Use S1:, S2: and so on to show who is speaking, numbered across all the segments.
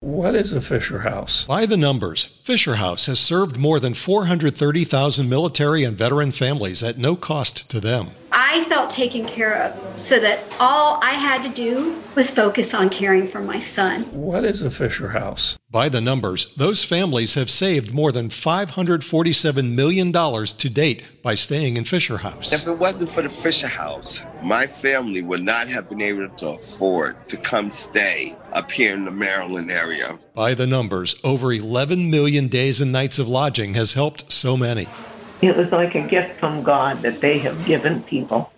S1: What is a Fisher House?
S2: By the numbers, Fisher House has served more than 430,000 military and veteran families at no cost to them.
S3: I felt taken care of so that all I had to do was focus on caring for my son.
S1: What is a Fisher House?
S2: By the numbers, those families have saved more than $547 million to date by staying in Fisher House.
S4: If it wasn't for the Fisher House, my family would not have been able to afford to come stay up here in the Maryland area.
S2: By the numbers, over 11 million days and nights of lodging has helped so many.
S5: It was like a gift from God that they have given people.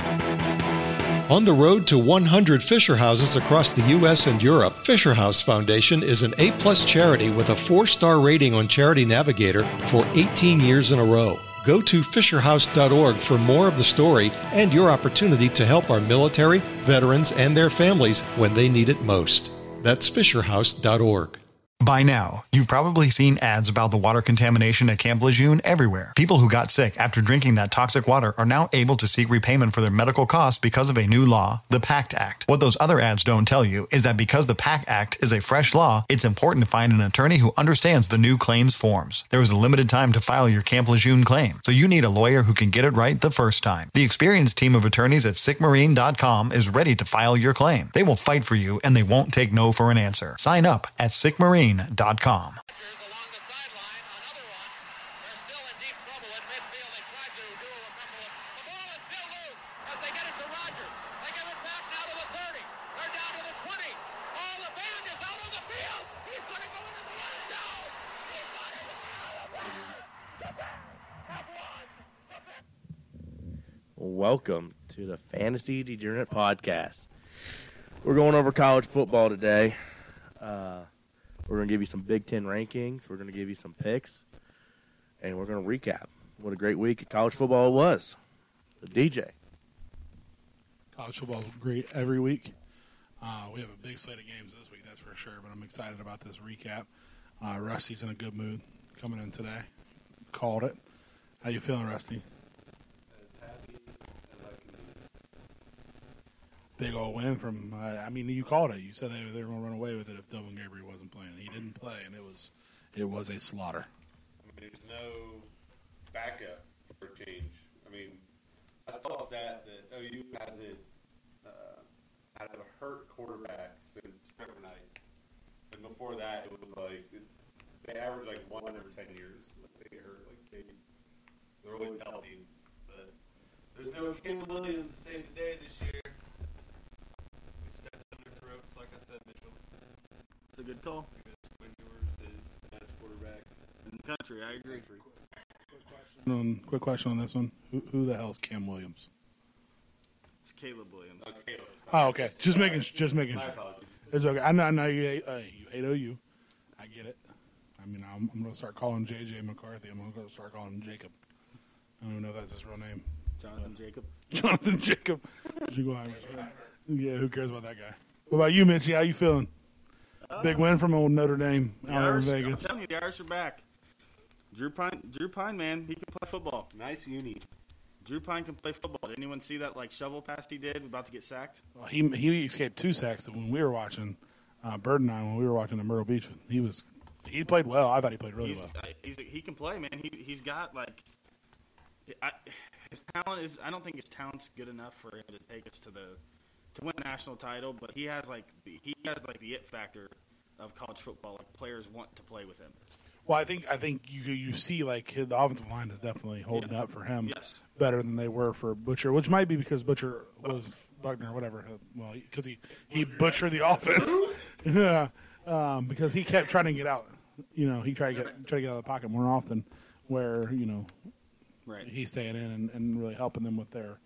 S2: On the road to 100 Fisher Houses across the U.S. and Europe, Fisher House Foundation is an A plus charity with a four star rating on Charity Navigator for 18 years in a row. Go to FisherHouse.org for more of the story and your opportunity to help our military, veterans, and their families when they need it most. That's FisherHouse.org.
S6: By now, you've probably seen ads about the water contamination at Camp Lejeune everywhere. People who got sick after drinking that toxic water are now able to seek repayment for their medical costs because of a new law, the PACT Act. What those other ads don't tell you is that because the PACT Act is a fresh law, it's important to find an attorney who understands the new claims forms. There is a limited time to file your Camp Lejeune claim, so you need a lawyer who can get it right the first time. The experienced team of attorneys at sickmarine.com is ready to file your claim. They will fight for you and they won't take no for an answer. Sign up at sickmarine.com marine.com.
S7: Welcome to the Fantasy Degenerate Podcast. We're going over college football today. Uh, we're going to give you some Big Ten rankings. We're going to give you some picks. And we're going to recap what a great week of college football it was. The DJ.
S8: College football great every week. Uh, we have a big slate of games this week, that's for sure. But I'm excited about this recap. Uh, Rusty's in a good mood coming in today. Called it. How you feeling, Rusty? Big old win from. Uh, I mean, you called it. You said they, they were going to run away with it if Devin Gabriel wasn't playing. He didn't play, and it was it was a slaughter.
S9: I mean, there's no backup for a change. I mean, I saw a stat that OU hasn't uh, had a hurt quarterback since Trevor Knight, and before that, it was like they average like one every ten years. Like they get hurt, like they, they're always healthy. But there's no Ken Williams to save the day this year. We stepped on their throats, like I said, Mitchell.
S7: It's a good call.
S9: Quinn Ewers is the best quarterback.
S7: In the country, I agree.
S8: Um, quick question on this one: Who, who the hell is Cam Williams?
S7: It's Caleb Williams.
S9: Okay, let's
S8: Oh, okay. Just making, just making sure. It's okay. I know, I know you hate, uh, you hate OU. I get it. I mean, I'm, I'm going to start calling JJ McCarthy. I'm going to start calling him Jacob. I don't even know if that's his real name.
S7: Jonathan Jacob.
S8: Jonathan Jacob. Zuglheimer. yeah, who cares about that guy? What about you, Mitchy? How you feeling? Big win from old Notre Dame
S7: Uh, The
S8: out there in
S7: Irish,
S8: Vegas.
S7: I'm telling you, the Irish are back. Drew Pine, Drew Pine, man, he can play football.
S9: Nice unis.
S7: Drew Pine can play football. Did anyone see that like shovel pass he did about to get sacked?
S8: Well, he he escaped two sacks when we were watching uh, Bird and I when we were watching the Myrtle Beach. He was he played well. I thought he played really
S7: He's,
S8: well.
S7: I- he's he can play, man. He he's got like, I, his talent is. I don't think his talent's good enough for him to take us to the to win a national title. But he has like the, he has like the it factor of college football. Like players want to play with him.
S8: Well, I think I think you you see like the offensive line is definitely holding up for him
S7: Yes.
S8: better than they were for Butcher, which might be because Butcher was Buckner, whatever. uh, Well, because he he butchered the offense, yeah, um, because he kept trying to get out. You know, he tried to get try to get out of the pocket more often, where you know
S7: Right.
S8: he's staying in and, and really helping them with their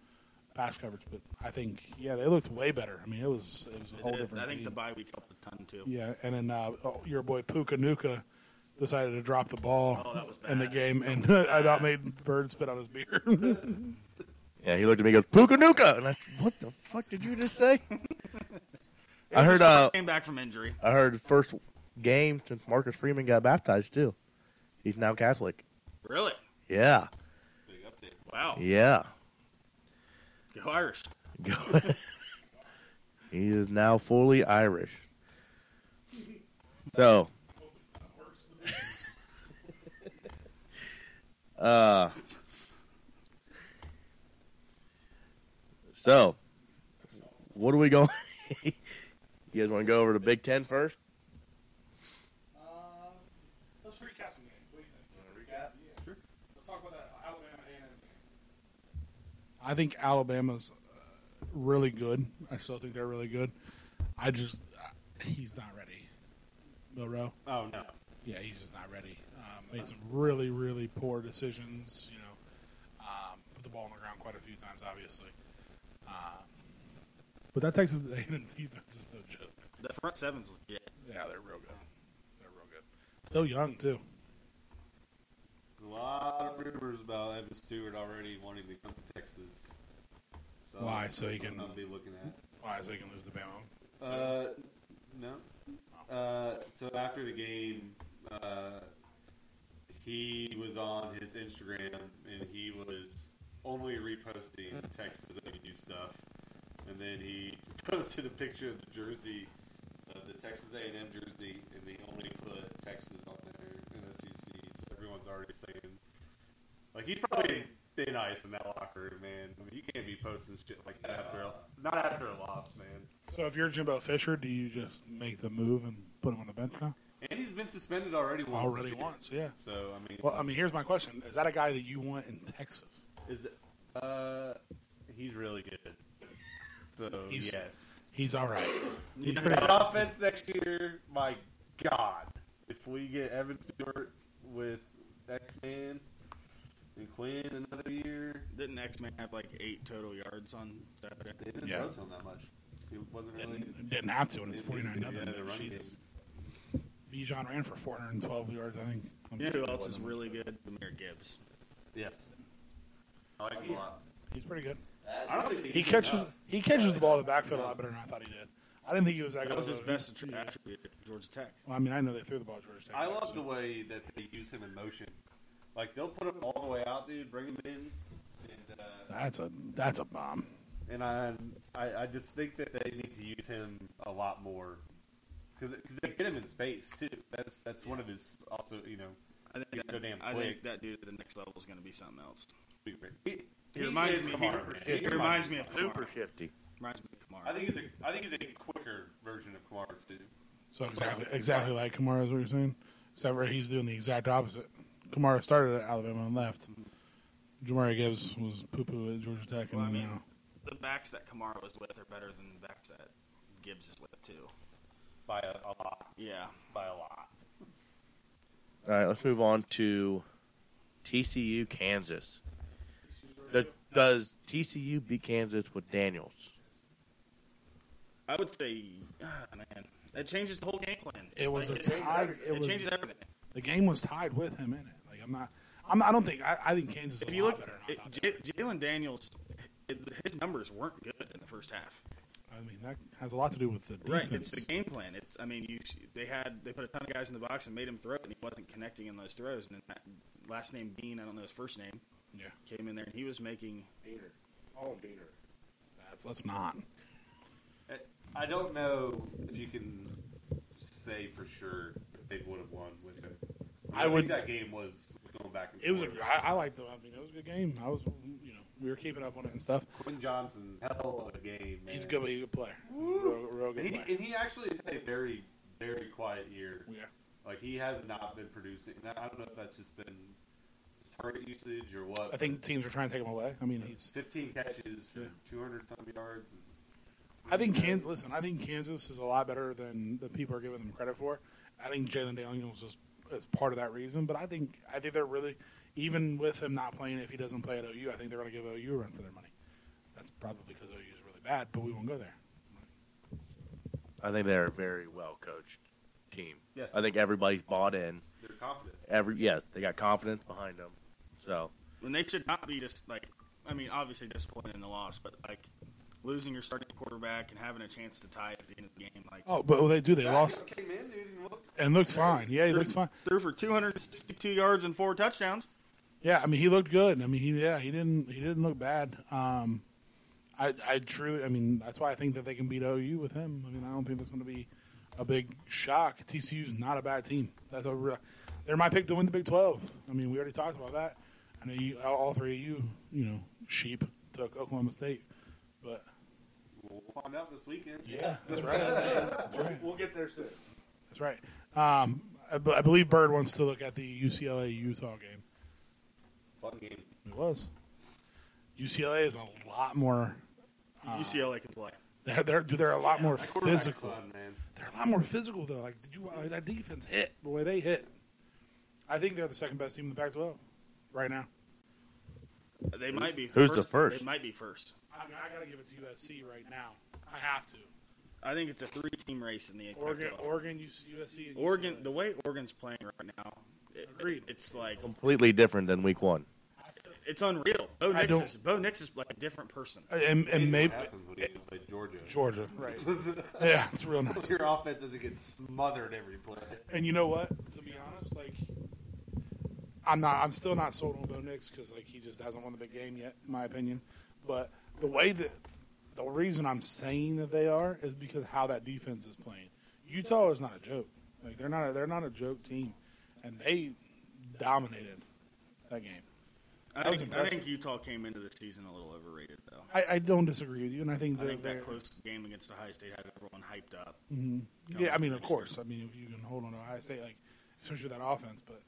S8: pass coverage. But I think yeah, they looked way better. I mean, it was it was a whole
S7: I
S8: different
S7: think
S8: team.
S7: the bye week helped a ton too.
S8: Yeah, and then uh, oh, your boy Puka Nuka decided to drop the ball
S7: Oh,
S8: in the game, and I about made Bird spit out his beer.
S7: Yeah, he looked at me and goes, Puka Nuka! And I, what the fuck did you just say? I heard, uh,
S10: came back from injury.
S7: I heard first game since Marcus Freeman got baptized, too. He's now Catholic.
S10: Really?
S7: Yeah,
S10: Wow.
S7: yeah.
S10: Go Irish.
S7: he is now fully Irish. So,
S4: Uh, so, what are we going? you guys want to go over to Big Ten first?
S8: Let's recap some games. What do you think? Let's talk about that Alabama and I think Alabama's uh, really good. I still think they're really good. I just uh, he's not ready, Milrow.
S7: Oh no.
S8: Yeah, he's just not ready. Um, made some really really poor decisions. You know, um, put the ball on the ground quite a few times, obviously. Um, but that Texas A&M defense is no joke.
S10: The front seven's legit.
S8: Yeah, they're real good. They're real good. Still young too.
S7: A lot of rumors about Evan Stewart already wanting to come to Texas. So
S8: Why? So he
S7: that's
S8: can-
S7: what I'll be looking at.
S8: Why? So he can lose the Bama. So-
S7: Uh, no. Uh, so after the game, uh, he was on his Instagram and he was only reposting Texas OU stuff. And then he posted a picture of the jersey, uh, the Texas A&M jersey, and they only put Texas on there in SEC. So everyone's already saying, like he's probably thin ice in that locker room, man. I mean, you can't be posting shit like that after a, not after a loss, man.
S8: So if you're Jimbo Fisher, do you just make the move and put him on the bench now?
S7: And he's been suspended already once.
S8: Already
S7: this year.
S8: once, yeah.
S7: So I mean,
S8: Well, I mean, here's my question: Is that a guy that you want in Texas?
S7: is it, uh, he's really good. So
S8: He's-
S7: yes,
S8: He's all right.
S7: You know, that offense next year, my God, if we get Evan Stewart with X Man and Quinn another year,
S10: Didn't X Man have like eight total yards on Saturday?
S7: they didn't
S8: Yeah.
S7: yeah. on that much. It wasn't really.
S8: Didn't, didn't have to, and it's
S7: Yeah,
S8: 49
S7: the
S8: nothing.
S7: running
S8: Jesus. Bijan ran for 412 yards, I think. I'm
S10: You know
S8: sure
S10: who
S8: it
S10: else is
S8: wasn't.
S10: really good? Demir Gibbs.
S7: Yes, I like him a lot.
S8: He's pretty good.
S7: I don't think
S8: He catches he catches the ball in the backfield a lot better than I thought he did. I didn't think he was that good.
S10: That was his
S8: of a-
S10: best attri- attribute at Georgia Tech.
S8: Well, I mean, I know they threw the ball to Georgia Tech.
S7: I love the way that they use him in motion. Like they'll put him all the way out, dude. Bring him in, and uh,
S8: That's a that's a bomb.
S7: and I, I I just think that they need to use him a lot more because they get him in space too. That's that's one of his also you know.
S10: I think
S7: He's
S10: that,
S7: so damn
S10: I
S7: quick.
S10: think that dude at the next level is going to be something else.
S7: big brain. He,
S10: He, reminds
S7: is
S10: me. He,
S7: Kamara, man.
S10: he
S7: He's
S10: reminds
S7: Kamara.
S10: me of
S4: Super
S10: Kamara.
S4: shifty.
S10: Reminds me of Kamara.
S7: I think he's a I think he's a quicker version of Kamara too.
S8: So exactly, exactly like Kamara is what you're saying. Except for he's doing the exact opposite. Kamara started at Alabama and left. Jamari Gibbs was poo poo at Georgia Tech, and
S10: Well, I mean,
S8: now
S10: the backs that Kamara was with are better than the backs that Gibbs is with too.
S7: By a, a lot.
S10: Yeah.
S7: By a lot.
S4: All right, let's move on to TCU Kansas. Does, does TCU beat Kansas with Daniels?
S10: I would say, ah, man, that changes the whole game plan.
S8: It was
S10: Like,
S8: a tie-
S10: changes
S8: it
S10: everything. It,
S8: was-
S10: changes everything.
S8: the game was tied with him in it. Like I'm not, I'm not I don't think I, I think Kansas is
S10: If
S8: a
S10: you
S8: lot
S10: look,
S8: better. Than I,
S10: it,
S8: thought they
S10: J- Jalen Daniels, it, his numbers weren't good in the first half.
S8: were. I mean that has a lot to do with the
S10: Right, it's
S8: defense.
S10: the game plan. It's, I mean, you they had they put a ton of guys in the box and made him throw it, and he wasn't connecting in those throws. And then that last name Bean, I don't know his first name,
S8: yeah,
S10: came in there and he was making.
S8: that's, let's not.
S7: I don't know if you can say for sure if they would have won with him.
S8: I
S7: think
S8: would-
S7: That game was going back and
S8: It was. A,
S7: forth.
S8: I, I liked the. I mean, it was a good game. I was, you know, we were keeping up on it and stuff.
S7: Quinn Johnson, hell of a game. Man.
S8: He's a good. He's a good player. Real, real
S7: And
S8: good
S7: he,
S8: player.
S7: and he actually has had a very, very quiet year.
S8: Yeah.
S7: Like he has not been producing. And I don't know if that's just been target usage or what.
S8: I think teams are trying to take him away. I mean, he's
S7: 15 catches for 200 some yards. And
S8: I think Kansas. Listen, I think Kansas is a lot better than the people are giving them credit for. I think Jalen Daniels is is part of that reason, but I think I think they're really even with him not playing. If he doesn't play at OU, I think they're going to give OU a run for their money. That's probably because OU is really bad, but we won't go there.
S4: I think they're a very well coached team.
S7: Yes.
S4: I think everybody's bought in.
S7: they're confident.
S4: Every yes, they got confidence behind them. So
S10: When they should not be just like, I mean, obviously disappointed in the loss, but like losing your starting quarterback and having a chance to tie at the end of the game, like
S8: Oh, but they do. They lost
S7: Came in, dude, and looked.
S8: and looked fine. Yeah, he
S10: threw,
S8: looked fine.
S10: threw for 262 yards and four touchdowns.
S8: Yeah, I mean he looked good. I mean he yeah he didn't he didn't look bad. Um, I I truly I mean that's why I think that they can beat OU with him. I mean I don't think that's going to be a big shock. TCU's not a bad team. That's a real, they're my pick to win the Big Twelve. I mean we already talked about that. I know you, all all three of you, you know, sheep took Oklahoma State, but
S2: We'll find out this weekend.
S8: Yeah, that's right. That's right.
S2: We'll get there soon.
S8: that's right. Um, I, b- I believe Bird wants to look at the UCLA Utah game.
S2: Fun game.
S8: It was. UCLA is a lot more.
S6: UCLA can play.
S8: They're they're, dude, they're a lot more
S2: That quarterback's
S8: physical.
S2: fun, man.
S8: They're a lot more physical though. Like, did you uh, that defense hit the way they hit? I think they're the second best team in the Pac-12 right now.
S6: They might be.
S7: Who's the first?
S6: They might be first.
S8: I, mean, I got to give it to USC right now. I have to.
S6: I think it's a three-team race in the
S8: Oregon,
S6: Pac-12.
S8: Oregon, USC, and
S6: Oregon. The way Oregon's playing right now, it,
S8: Agreed.
S6: it's like
S7: Completely different than week one.
S6: it's unreal. Bo
S8: I
S6: Nix,
S8: don't-
S6: is, Bo Nix is like a different person.
S8: and, and maybe
S2: What happens when you play Georgia?
S8: Georgia. Right. yeah, it's real nice.
S2: Your offense doesn't get smothered every play.
S8: And you know what? To be honest, like I'm not. I'm still not sold on Bo Nix because like he just hasn't won the big game yet, in my opinion. But the way that the reason I'm saying that they are is because how that defense is playing. Utah is not a joke. Like they're not. A, they're not a joke team, and they dominated that game.
S6: I
S8: was
S6: think, I
S8: impressive.
S6: think Utah came into the season a little overrated, though.
S8: I, I don't disagree with you, and I think,
S6: I think
S8: they're,
S6: that close game against Ohio State had everyone hyped up.
S8: Mm-hmm. Yeah, I mean, of course. I mean, if you can hold on to Ohio State, like especially with that offense, but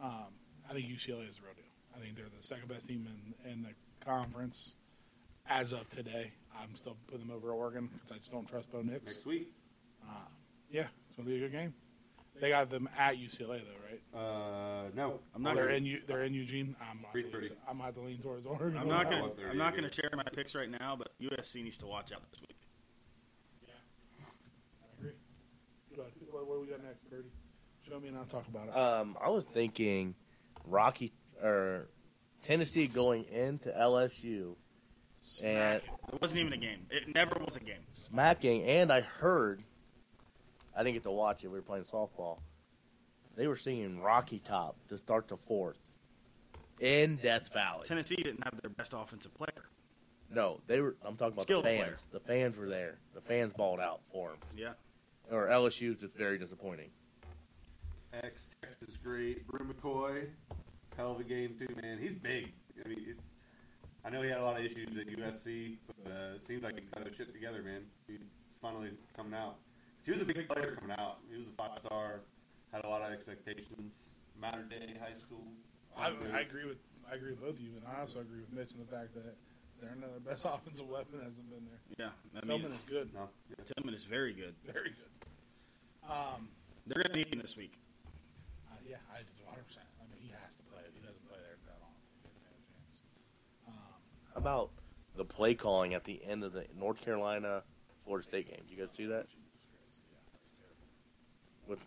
S8: um, I think UCLA is the real deal. I think they're the second best team in, in the conference as of today. I'm still putting them over Oregon because I just don't trust Bo Nix. Um,
S2: Next week,
S8: Yeah, it's gonna be a good game. They got them at UCLA though, right?
S2: uh, no,
S6: I'm not.
S8: They're
S6: Gonna,
S8: in U- they're in Eugene. I'm gonna have to lean-
S2: 3:30.
S8: I'm gonna have to lean towards Oregon.
S6: I'm not gonna.
S2: They're
S6: I'm not
S2: in.
S6: gonna share my picks right now, but USC needs to watch out this week.
S8: I agree. Go ahead. What, what do we got next, Birdie? Show me and I'll talk about it.
S7: Um, I was thinking Rocky or Tennessee going into LSU
S8: Smack
S7: and-
S8: it.
S6: It wasn't even a game. It never was a game.
S7: smacking, and I heard I didn't get to watch it. We were playing softball. They were singing Rocky Top to start the fourth in Death Valley.
S6: Tennessee didn't have their best offensive player.
S7: No, they were. I'm talking about
S6: Skilled
S7: the
S6: player.
S7: fans. The fans were there. The fans balled out for him.
S6: Yeah.
S7: Or LSU's just very disappointing.
S2: ex Texas great Brew McCoy, hell of a game too, man. He's big. I mean, it, I know he had a lot of issues at USC, but uh, it seems like he's got his shit together, man. He's finally coming out. 'Cause He was a big player coming out. He was a five star, had a lot of expectations. Matter Day High School.
S8: I, I agree with I agree with both of you, and I also agree with Mitch in the fact that their another best offensive weapon hasn't been there.
S6: Yeah. I mean,
S8: Tillman is good,
S2: No, yeah.
S6: Tillman is very good.
S8: very good. Um,
S6: They're gonna need him this week.
S8: Uh, yeah, I 100. percent I mean, he has to play. If he doesn't play there that long, he doesn't have a chance. Um,
S7: How about the play calling at the end of the North Carolina Florida State game? Did you guys see that? With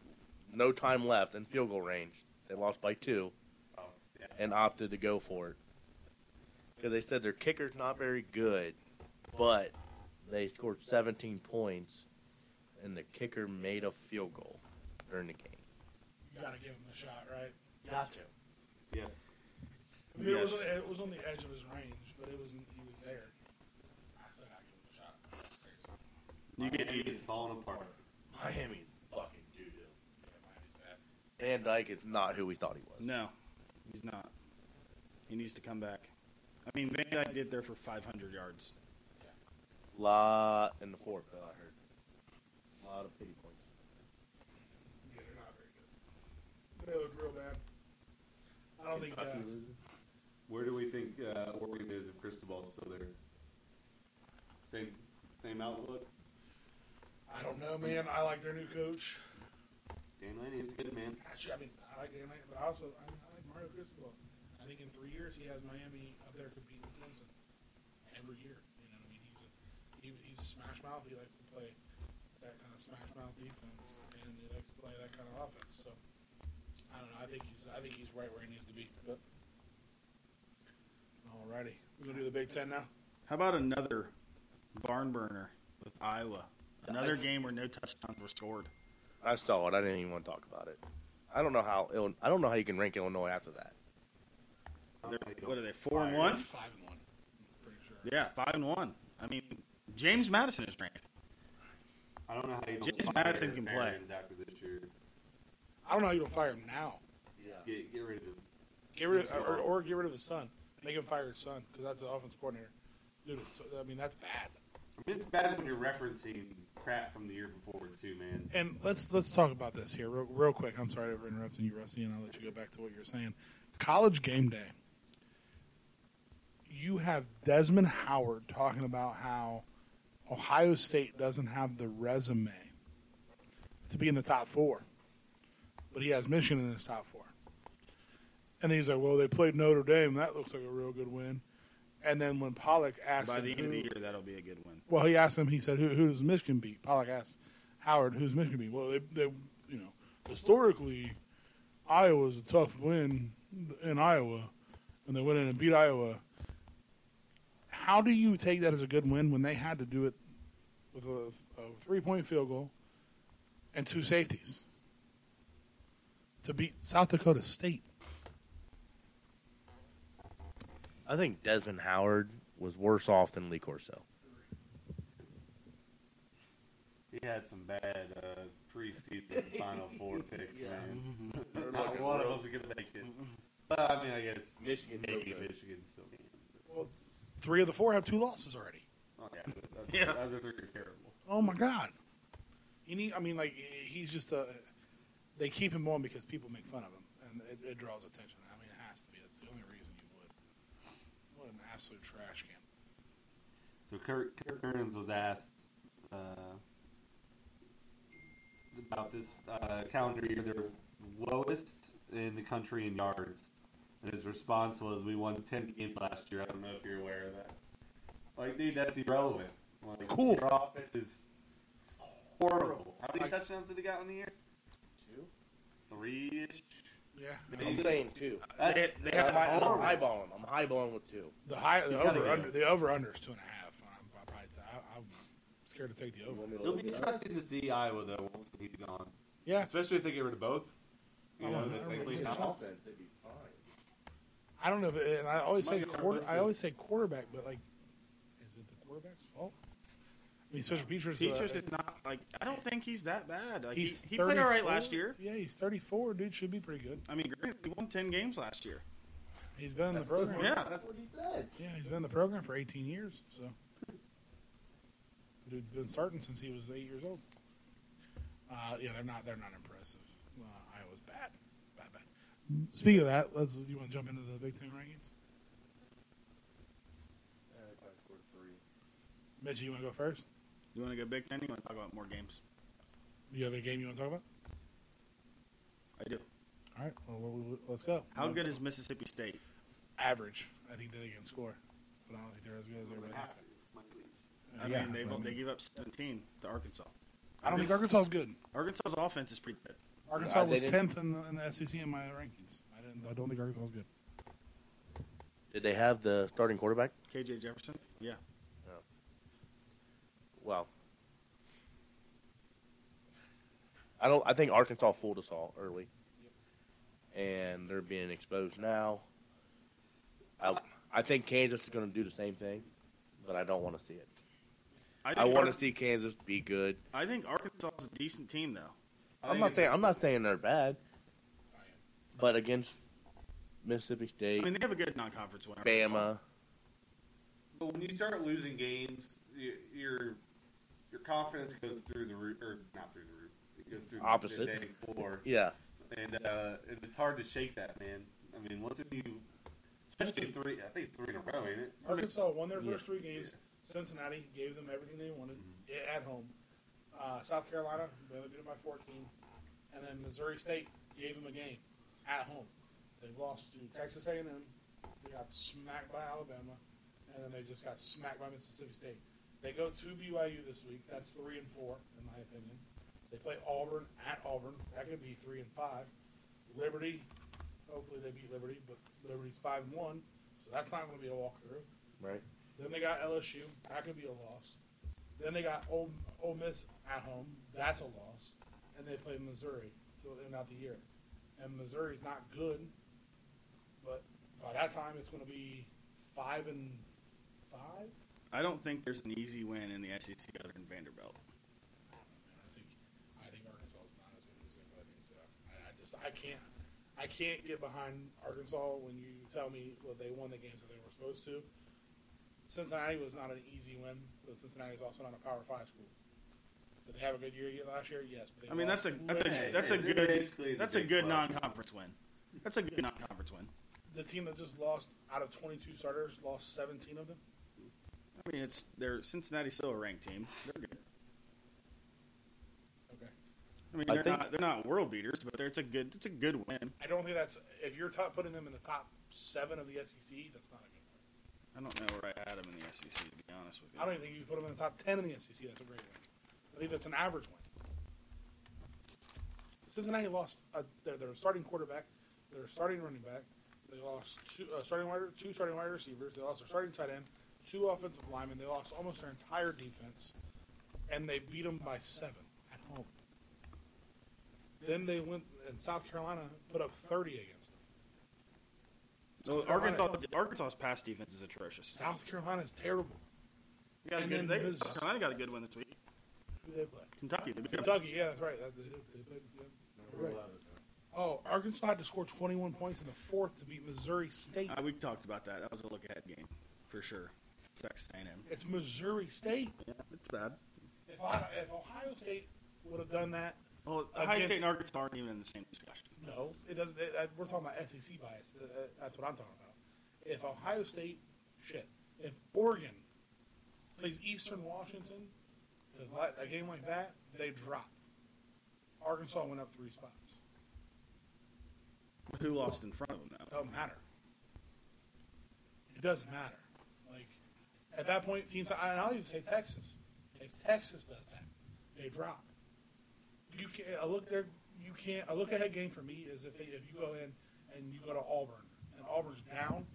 S7: no time left and field goal range, they lost by two
S2: Oh, yeah.
S7: and opted to go for it because they said their kicker's not very good, but they scored 17 points and the kicker made a field goal during the game.
S8: You got to give him a shot, right?
S7: Gotcha.
S2: Yes.
S8: I mean, it, was,
S2: Yes.
S8: it was on the edge of his range, but it wasn't. He was there. I still got to give him a shot. That's crazy.
S2: You get he's falling apart.
S7: Miami fucking doo doo. Van Dyke is not who we thought he was.
S6: No, he's not. He needs to come back. I mean, Van Dyke did there for 500 yards.
S7: Lot in the fourth, though, I heard. Uh, A lot of pity points.
S8: Yeah, they're not very good. They look real bad. I don't think. Uh,
S2: Where do we think uh, Oregon is if Cristobal's still there? Same, same outlook.
S8: I don't know, man. I like their new coach.
S2: Dan Lanning is good, man.
S8: Actually, I mean, I like Dan Lanning, but I also I, mean, I like Mario Cristobal. I think in three years he has Miami up there competing with Clemson every year. You know, what I mean, he's a, he, he's smash mouth. He likes to play that kind of smash mouth defense, and he likes to play that kind of offense. So I don't know. I think he's I think he's right where he needs to be. But alrighty, we're gonna do the Big Ten now.
S6: How about another barn burner with Iowa? Another game where no touchdowns were scored.
S7: I saw it. I didn't even want to talk about it. I don't know how. Ill- I don't know how you can rank Illinois after that.
S6: They're, what are they? Four and one.
S8: Five and one. I'm pretty sure.
S6: Yeah, five and one. I mean, James Madison is ranked.
S2: I don't know how you don't
S6: James
S2: fire
S6: Madison can play.
S2: Arians after this year.
S8: I don't know how you don't fire him now.
S2: Get, get rid of him.
S8: Get rid of, or, or get rid of his son. Make him fire his son because that's the offense coordinator. Dude, so, I mean that's bad.
S7: It's bad when you're referencing crap from the year before too, man.
S8: And let's let's talk about this here real, real quick. I'm sorry for interrupting you, Rusty, and I'll let you go back to what you were saying. College game day. You have Desmond Howard talking about how Ohio State doesn't have the resume to be in the top four, but he has Michigan in his top four. And then he's like, "Well, they played Notre Dame. That looks like a real good win." And then when Pollock asked
S10: By
S8: him
S10: the end of the
S8: who-
S10: year, that'll be a good one.
S8: well, he asked him. He said, "Who, who does Michigan beat?" Pollock asked Howard, "Who's Michigan beat?" Well, they, they, you know, historically, Iowa's a tough win in Iowa, and they went in and beat Iowa. How do you take that as a good win when they had to do it with a, a three-point field goal and two safeties to beat South Dakota State?
S4: I think Desmond Howard was worse off than Lee Corso.
S7: He had some bad uh, preseason Final Four picks, man. Not one of them's gonna make it. But I mean, I guess Michigan, maybe Michigan still can.
S8: Three of the four have two losses already.
S7: Oh, yeah, but the other- other three are terrible.
S8: Oh my God. You need. I mean, like he's just a. They keep him on because people make fun of him, and it, it draws attention. I mean, it has to be. That's the only reason you would. What an absolute trash can.
S7: So Kirk, Kirk Cousins was asked uh, about this uh, calendar year, their lowest in the country in yards, and his response was, "We won ten games last year. I don't know if you're aware of that." Like, dude, that's irrelevant. Like,
S8: Cool.
S7: Your offense is horrible. How many touchdowns did he got in the year? Two, three ish.
S8: Yeah.
S4: I'm saying two. They,
S7: That's-
S4: they have my, I'm
S7: that's horrible.
S4: eyeballing. I'm eyeballing with two.
S8: The high, the
S7: gotta
S8: over
S7: get
S8: under,
S7: him.
S8: the over under is two and a half. I'm, I'm, probably, I, I'm scared to take the over.
S7: It'll be interesting to see Iowa though once he's gone,
S8: Yeah.
S7: especially if they get rid of both. You know,
S8: yeah,
S7: if they
S8: I
S7: clean
S8: mean,
S7: house.
S8: I don't know if, and I always
S7: Might
S8: say
S7: be our
S8: quarter.
S7: best
S8: I
S7: team.
S8: always say quarterback, but like, is it the quarterback's fault? I mean, special features.
S10: Teachers did not like. I don't think he's that bad. Like, he,
S8: he's
S10: he played all right
S8: 34.
S10: last year.
S8: Yeah, he's 34. Dude should be pretty good.
S10: I mean, granted, he won ten games last year.
S8: He's been in the program.
S10: Yeah,
S8: Yeah, he's been in the program for 18 years. So, dude's been starting since he was eight years old. Uh, yeah, they're not they're not impressive. Uh, Iowa's bad, bad, bad. Speaking of that, let's you want to jump into the Big Ten rankings?
S10: Uh,
S8: Mitch, you want to go first?
S10: you want to go Big Ten? You want to talk about more games?
S8: Do you have a game you want to talk about?
S10: I do.
S8: All right, well, well, well, let's go.
S10: How good is Mississippi State?
S8: average? I think they can score, but I don't think they're as good as everybody else.
S10: I
S8: Yeah,
S10: mean,
S8: that's
S10: they
S8: what I
S10: they
S8: mean.
S10: give up seventeen to Arkansas.
S8: I don't think Arkansas is good.
S10: Arkansas's offense is pretty good.
S8: Arkansas was
S4: they
S8: tenth in the, in the SEC in my rankings. I didn't. I don't think Arkansas was good.
S4: Did they have the starting quarterback? Oh.
S10: KJ Jefferson. Yeah.
S4: Well, I don't. I think Arkansas fooled us all early, and they're being exposed now. I I think Kansas is going to do the same thing, but I don't want to see it. I
S10: think
S4: want to
S10: Ar-
S4: see Kansas be good.
S10: I think Arkansas is a decent team, though.
S4: I'm not saying I'm not saying they're bad, but against
S10: I
S4: Mississippi
S10: mean,
S4: State,
S10: they have a good non-conference win.
S4: Bama,
S7: But when you start losing games, y- your your confidence goes through the roof, or not through the roof. It goes through
S4: Opposite.
S7: the day floor,
S4: yeah,
S7: and uh, and it's hard to shake that, man. I mean, once you, especially three, I think three in a row, ain't it?
S8: Arkansas won their first three games. Cincinnati gave them everything they wanted
S10: Mm-hmm.
S8: i- at home. Uh, South Carolina, they only beat them by 14. And then Missouri State gave them a game at home. They lost to Texas A&M. They got smacked by Alabama. And then they just got smacked by Mississippi State. They go to BYU this week. That's 3 and 4, in my opinion. They play Auburn at Auburn. That could be 3 and 5. Liberty, hopefully they beat Liberty, but Liberty's 5 and 1. So that's not going to be a walkthrough.
S4: right?
S8: Then they got LSU. That could be a loss. Then they got Ole, Ole Miss at home. That's a loss. And they play Missouri till the end of the year. And Missouri's not good, but by that time it's going to be five and five.
S10: I don't think there's an easy win in the
S7: E
S10: SEC other than Vanderbilt.
S8: I think I think Arkansas is not as good as everybody thinks they are. I, I just I can't I can't get behind Arkansas when you tell me well they won the games that they were supposed to. Cincinnati was not an easy win, but Cincinnati is also not a Power Five school. Did they have a good year yet last year? Yes, but they
S7: I mean,
S8: lost
S7: that's a
S8: to
S7: that's a
S8: Lynch.
S7: that's a
S11: Hey, basically
S7: good
S11: the
S7: that's a
S11: Big
S7: good
S11: Twelve.
S7: non-conference win. That's a good non-conference win.
S8: the team that just lost out of 22 starters lost 17 of them.
S7: I mean, it's they're Cincinnati's still a ranked team. They're good.
S8: Okay.
S7: I mean,
S12: I
S7: they're
S12: think-
S7: not they're not world beaters, but they're, it's a good it's a good win.
S8: I don't think that's if you're top, putting them in the top seven of the SEC. That's not a good.
S7: I don't know where I had them in the SEC to be honest with you.
S8: I don't even think you put them in the top ten in the SEC. That's a great win. I think that's an average win. Cincinnati lost uh, their, their starting quarterback, their starting running back. They lost two uh, starting wide, two starting wide receivers. They lost their starting tight end, two offensive linemen. They lost almost their entire defense, and they beat them by seven at home. Then they went and South Carolina put up thirty against them.
S7: So Arkansas Arkansas's pass defense is atrocious.
S8: South Carolina is terrible.
S7: They got a
S8: and
S7: good,
S8: then
S7: they,
S8: Miss-
S7: South Carolina got a good win this week.
S8: Who they play?
S7: Kentucky. They beat them.
S8: Kentucky, yeah, that's right. That- they did- they played- yeah, right. Oh, Arkansas had to score 21 points in the fourth to beat Missouri State.
S7: Uh, we talked about that. That was a look ahead game for sure. Texas A&M.
S8: It's Missouri State.
S7: Yeah, it's bad.
S8: If, Ohio, if Ohio State would have done that,
S7: Well, Ohio State
S8: Against-
S7: and Arkansas aren't even in the same discussion.
S8: no, it doesn't. It, uh, we're talking about SEC bias. Uh, uh, That's what I'm talking about. If Ohio State, shit. If Oregon plays Eastern Washington, to li- a game like that, they drop. Arkansas went up three spots.
S7: Who lost in front of them now?
S8: doesn't matter. It doesn't matter. Like at that point, teams. And I'll even say Texas. If Texas does that, they drop. You can't. I look there. You can't. A look ahead game for me is if they, if you go in and you go to Auburn and Auburn's down,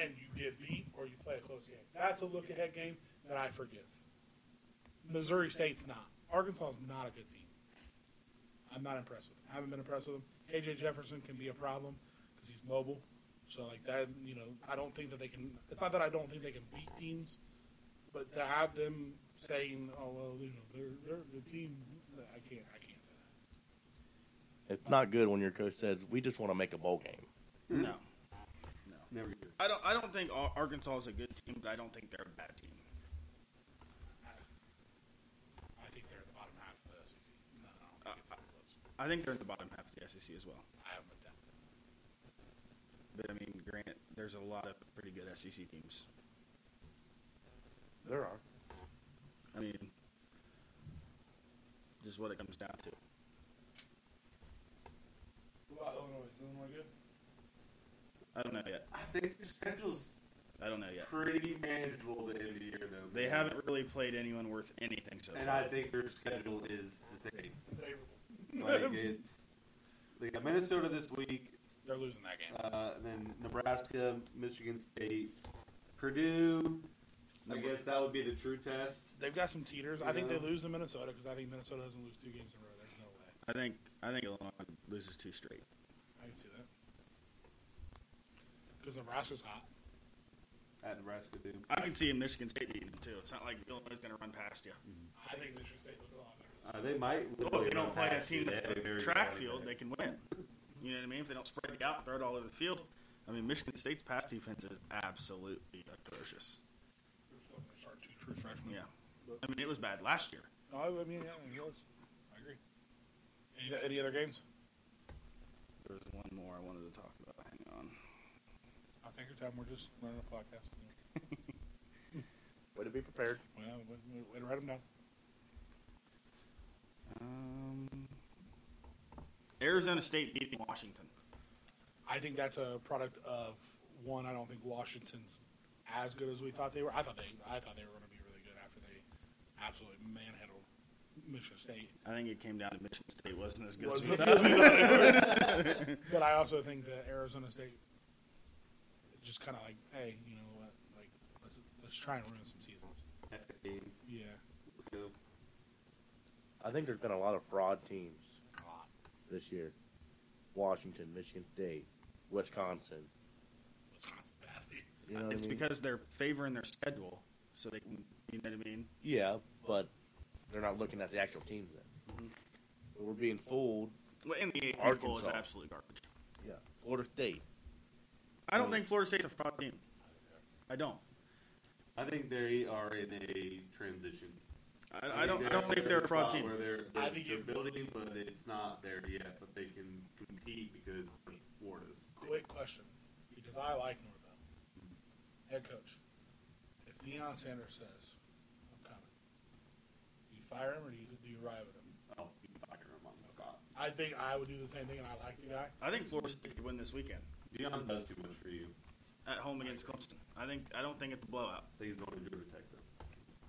S8: and you get beat or you play a close game. That's a look ahead game that I forgive. Missouri State's not. Arkansas is not a good team. I'm not impressed with him. I haven't been impressed with him. KJ Jefferson can be a problem because he's mobile. So like that, you know, I don't think that they can. It's not that I don't think they can beat teams, but to have them saying, "Oh well, you know, they're they're the team," I can't I can't say that.
S12: It's not good when your coach says, "We just want to make a bowl game."
S7: No.
S11: Never good.
S7: I don't. I don't think Ar- Arkansas is a good team, but I don't think they're a bad team.
S8: I think they're at the bottom half of the SEC. No, I don't think it's that close.
S7: I think they're in the bottom half of the SEC as well.
S8: I haven't been down.
S7: But I mean, granted, there's a lot of pretty good SEC teams.
S12: There are.
S7: I mean, this is what it comes down to.
S8: Well, Illinois is Illinois good?
S7: I don't know yet.
S11: I think the schedule's
S7: I don't know yet.
S11: pretty manageable at the end of the year, though.
S7: They haven't really played anyone worth anything so
S11: and
S7: far.
S11: I think their schedule is the same.
S8: Favorable.
S11: Like it's they got Minnesota this week,
S8: They're losing that game.
S11: uh, then Nebraska, Michigan State, Purdue. I guess that would be the true test.
S8: They've got some teeters. I think
S11: Yeah.
S8: they lose to Minnesota because I think Minnesota doesn't lose two games in a row. There's no way.
S7: I think I think Illinois loses two straight.
S8: I can see that. Because Nebraska's hot.
S11: At Nebraska, too.
S7: I can see Michigan State beating them too. It's not like Illinois is going to run past you.
S8: I think Michigan State looks a lot better.
S11: Uh, they might.
S7: Well, if they don't play a team
S11: They
S7: that's
S11: have a very
S7: track
S11: good
S7: field, they
S11: quarterback.
S7: can win. You know what I mean? If they don't spread it out, throw it all over the field. I mean, Michigan State's pass defense is absolutely atrocious.
S8: So they start two true freshmen.
S7: Yeah, I mean it was bad last year.
S8: No, I I mean, yeah, it was. I agree. Any, any other games?
S7: There was one more I wanted to talk about. Hang on.
S8: I'll take your time. We're just running a podcast.
S12: Way to be prepared.
S8: Well, we- we- way to write them down.
S7: Um, Arizona State beating Washington.
S8: I think that's a product of one. I don't think Washington's as good as we thought they were. I thought they, I thought they were going to be really good after they absolutely manhandled Michigan State.
S7: I think it came down to Michigan State wasn't as good.
S8: Was
S7: as we
S8: it-
S7: thought.
S8: but I also think that Arizona State just kind of like, hey, you know what? Like, let's, let's try and ruin some seasons.
S11: That's the game.
S8: Yeah,
S11: Let's go.
S12: I think there's been a lot of fraud teams
S8: a lot.
S12: this year. Washington, Michigan State, Wisconsin.
S8: Wisconsin's badly.
S12: You know what
S7: It's
S12: I mean?
S7: because they're favoring their schedule, so they can. You know what I mean?
S12: yeah, but they're not looking at the actual teams. Then we're being fooled.
S7: Well, in the
S12: Arkansas.
S7: Bowl is absolute garbage.
S4: Yeah, Florida State.
S7: I don't think Florida State's a fraud team. I don't.
S6: I think they are in a transition.
S7: I don't- I don't think they're a fraud team.
S6: Where they're, they're,
S7: I think
S6: they're
S7: it-
S6: building, but it's not there yet. But they can compete because of Florida's.
S8: Quick question, because I like Norvell, head coach. If Deion Sanders says, "I'm coming," do you fire him or do you, do you ride with him?
S6: Oh, you can fire him on the spot.
S8: I think I would do the same thing, and I like the guy.
S7: I think Florida State could win this weekend
S6: Dion does too much for you.
S7: at home against Clemson. I think I don't think it's a blowout.
S6: I think he's going to Georgia Tech though.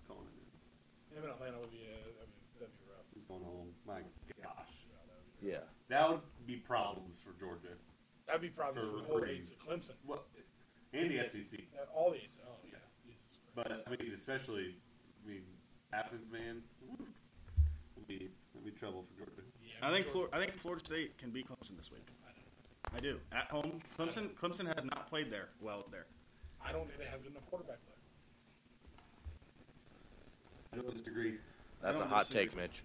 S6: Calling it. in.
S8: Him in Atlanta would be, uh, I mean, that'd be rough.
S6: He's going home. My gosh,
S4: Yeah.
S6: that would be problems for Georgia.
S8: That'd be probably
S6: For
S8: for the whole
S6: recruiting.
S8: days of Clemson.
S6: Well, and the E SEC.
S8: Uh, All these. Oh yeah. Jesus Christ.
S6: But I mean, especially, I mean, Athens man, would be would be trouble for Georgia.
S7: I think Flor- I think Florida State can beat Clemson this week. I do at home. Clemson Clemson has not played there well there.
S8: I don't think they have good enough quarterback play.
S6: I don't disagree.
S7: I
S4: That's a
S7: don't
S4: hot
S7: disagree.
S4: take, Mitch.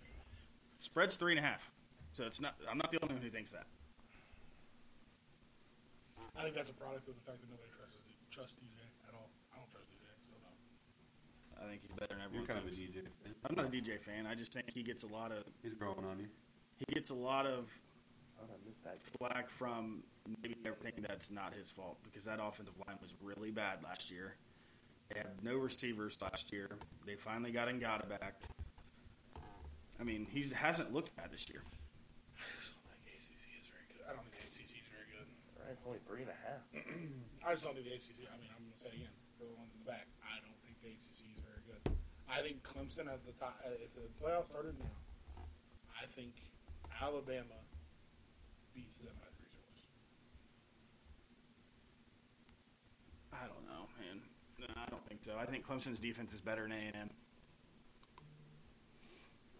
S7: Spreads three and a half, so it's not. I'm not the only one who thinks that.
S8: I think that's a product of the fact that nobody trusts D- trusts DJ at all. I don't trust DJ. So no.
S7: I think he's better than
S6: You're
S7: everyone.
S6: kind of a
S7: thinks.
S6: DJ.
S7: I'm not a DJ fan. I just think he gets a lot of
S6: He's growing on you.
S7: he gets a lot of
S4: Oh, I missed that.
S7: black from maybe everything that's not his fault because that offensive line was really bad last year. They had no receivers last year. They finally got Ngata back. I mean, he hasn't looked bad this year.
S8: I think ACC is very good. I don't think the ACC is very good.
S4: All right, only three and a half.
S8: I just don't think the ACC. I mean, I'm gonna say it again for the ones in the back. I don't think the ACC is very good. I think Clemson has the top. uh, If the playoffs started now, I think Alabama beats them by three scores.
S7: I don't know, man. No, I don't think so. I think Clemson's defense is better than A&M.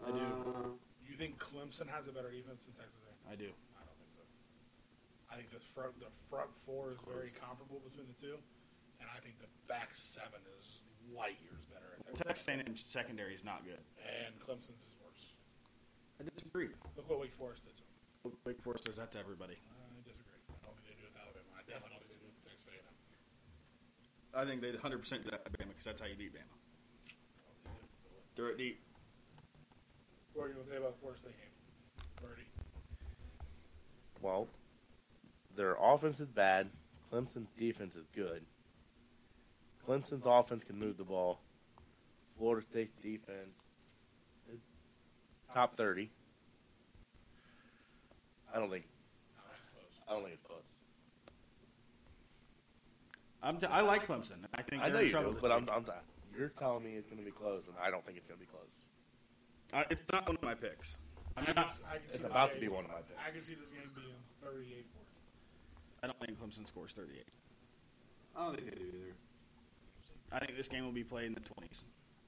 S7: I do.
S8: You think Clemson has a better defense than Texas A&M?
S7: Uh, I do.
S8: I don't think so. I think the front the front four is very comparable between the two, and I think the back seven is light years better. At Texas.
S7: Texas A&M secondary is not good.
S8: And Clemson's is worse.
S7: I disagree.
S8: Look what Wake Forest did to them.
S7: Wake Forest does that to everybody.
S8: I disagree. I don't think they do it to Alabama. I definitely don't think they do it to Texas A&M.
S7: I think they 100 percent do that to Bama because that's how you beat Bama. Throw it deep.
S8: What are you going to say about the Forest State game, Birdie?
S4: Well, their offense is bad. Clemson's defense is good. Clemson's offense can move the ball. Florida State's defense is top thirty. I don't think. I don't think it's close.
S7: I'm t- I like Clemson. I think
S4: I
S7: they're
S4: know
S7: in
S4: you
S7: trouble
S4: do,
S7: this
S4: but I'm,
S7: week.
S4: I'm not. You're telling me it's going to be close, and I don't think it's going to be close.
S7: I, it's not one of my picks. I'm
S8: I can,
S7: not.
S8: s- I can
S4: It's
S8: see
S4: about
S8: this
S4: to
S8: game,
S4: be one of my picks.
S8: I can see this game being 38-14.
S7: I don't think Clemson scores 38.
S6: I don't think they do either.
S7: I think this game will be played in the 20s.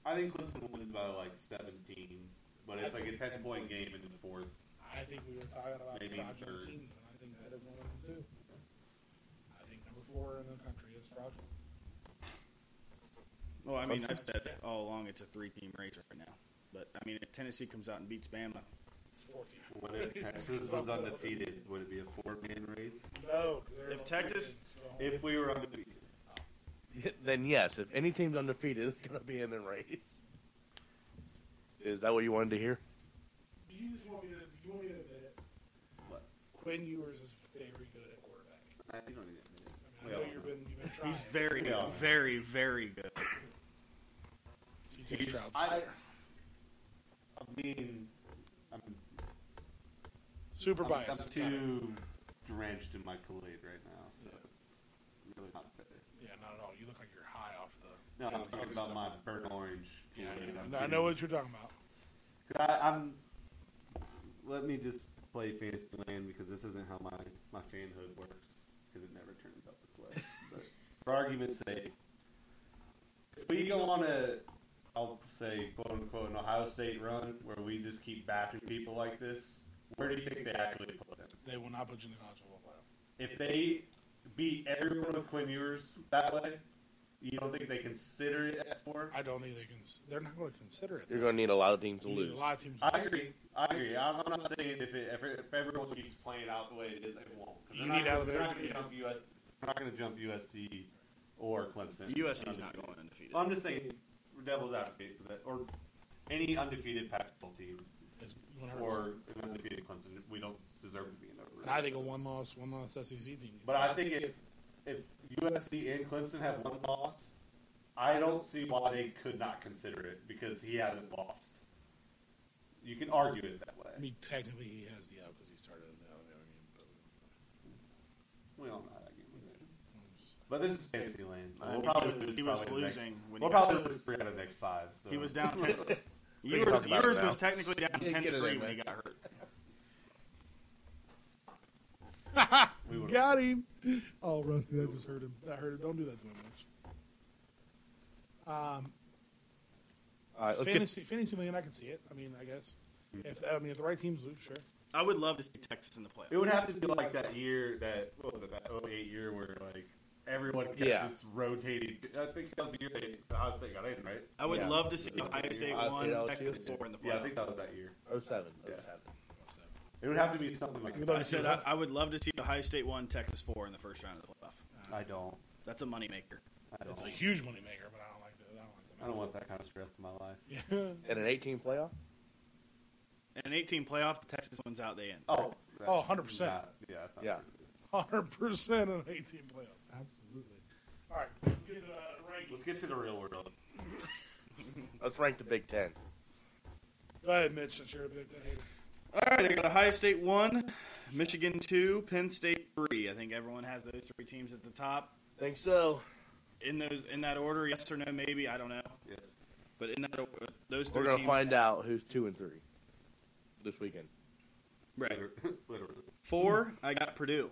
S6: I think Clemson wins by like 17, but it's like a 10 point game in the fourth.
S8: I think we were talking about
S6: Maybe
S8: fraudulent
S6: third.
S8: teams, and I think that is one of them too. I think number four in the country is fraudulent.
S7: Well, I mean, I've said it all along it's a three-team race right now. But I mean, if Tennessee comes out and beats Bama,
S8: It's 14.
S6: What if Texas was undefeated? Would it be a four man race?
S8: No, 'cause they're
S7: If
S8: both
S7: Texas-
S8: freaking-
S6: If we were undefeated,
S4: Then yes, if any team's undefeated, it's going to be in the race. Is that what you wanted to hear?
S8: do you just want me to? Do you want me to admit it?
S6: What?
S8: Quinn Ewers is very good at quarterback.
S6: I you don't need that. minute.
S8: I,
S6: We
S8: mean, I
S6: all
S8: know you've been you've been trying.
S7: he's very,
S6: Yeah.
S7: very, very good.
S8: TJ Stroud's
S6: I, I mean, I'm,
S8: super
S6: I'm, I'm
S8: biased.
S6: too drenched in my Kool Aid right now, so it's really not fair.
S8: Yeah, not at all. You look like you're high off the.
S6: No, I'm talking about my burnt orange Kool
S8: Yeah,
S6: Aid.
S8: I know, I know what you're talking about.
S6: I, I'm. Let me just play Fantasyland because this isn't how my my fanhood works because it never turns out this way. But for argument's sake, if we go on a, I'll say quote unquote an Ohio State run where we just keep bashing people like this, where do you think they actually put them?
S8: They will not put you in the college football playoff.
S6: If they beat everyone with Quinn Ewers that way, you don't think they consider it at four?
S8: I don't think they can. They're not going to consider it.
S4: You're going to need a lot of teams to
S8: You need
S4: lose.
S8: A lot of teams.
S6: I agree. I agree. I'm I'm not saying if, it, if, it, if everyone keeps playing out the way it is, it won't. 'Cause
S8: You
S6: they're
S8: need out of
S7: They're
S8: it.
S7: not going to jump US. They're not going to jump USC or Clemson.
S10: USC's not going undefeated.
S7: Well, I'm just saying, for devil's advocate, for that, or any undefeated Pac-12 team, or an undefeated Clemson, we don't deserve to be in
S8: And
S7: that.
S8: I think a one loss, one loss SEC team.
S7: But I think if if USC and Clemson have one loss, I don't see why they could not consider it because he hasn't lost. You can argue it that
S8: I
S7: way.
S8: mean, technically, he has the out because he started in the Alabama game. But
S7: We all know how that game was. But this is fancy lane. So we'll
S10: He
S7: probably
S10: was-
S7: lose
S10: he was
S7: probably the next-
S10: losing when
S7: we'll
S10: he
S7: probably
S10: got-
S7: lose three out of the next five. So.
S10: He was down 10.
S7: We can talk
S10: yours
S7: about it
S10: yours
S7: now.
S10: was technically down 10
S4: get it
S10: to 3
S4: in,
S10: when he
S4: man.
S10: got hurt.
S7: We were-
S8: Got him. Oh, Rusty, that just hurt him. That hurt him. Don't do that to him, Rich.
S4: All right, let's get
S8: Fantasy, fantasy land, I can see it. I mean, I guess if I mean if the right teams lose, sure.
S10: I would love to see Texas in the
S7: It
S10: playoffs.
S7: would have to be like that year that what was it that 08 year where like everyone kept
S4: Yeah.
S7: just rotating. I think that was the year they Ohio State got in, right?
S10: I would
S4: Yeah.
S10: love to see Ohio State
S4: Ohio
S10: 1,
S4: State, Oh, LSU.
S10: Texas 4 in the playoffs.
S7: Yeah, I think that was that year.
S4: 07.
S7: Yeah.
S4: 07.
S7: It would have to be something like
S8: You're about to
S10: I
S7: that.
S10: said I, I would love to see Ohio State 1, Texas 4 in the first round of the playoff.
S7: I don't.
S10: That's a moneymaker.
S7: I
S8: It's a
S7: don't.
S8: huge moneymaker, but I don't like that. I don't like that.
S7: I don't want that kind of stress in my life.
S4: And an 18 playoff?
S10: In an 18 playoff, the Texas one's out, they end.
S7: Oh, that's
S8: Oh, 100%.
S7: not- Yeah, that's not
S4: Yeah.
S8: Hundred percent in eighteen playoff. Absolutely. All right, let's get to the
S7: Let's get to the real world.
S4: Let's rank the Big Ten.
S8: Go ahead, Mitch. Since you're a big ten hater.
S10: All right, I got Ohio State 1, Michigan 2, Penn State 3. I think everyone has those three teams at the top.
S4: Think so.
S10: In those in that order, yes or no, maybe I don't know,
S7: Yes.
S10: but in that or- those 3
S4: We're going to
S10: teams,
S4: find out who's 2 and 3 this weekend.
S10: right.
S7: Liter- Literally.
S10: Four, I got Purdue.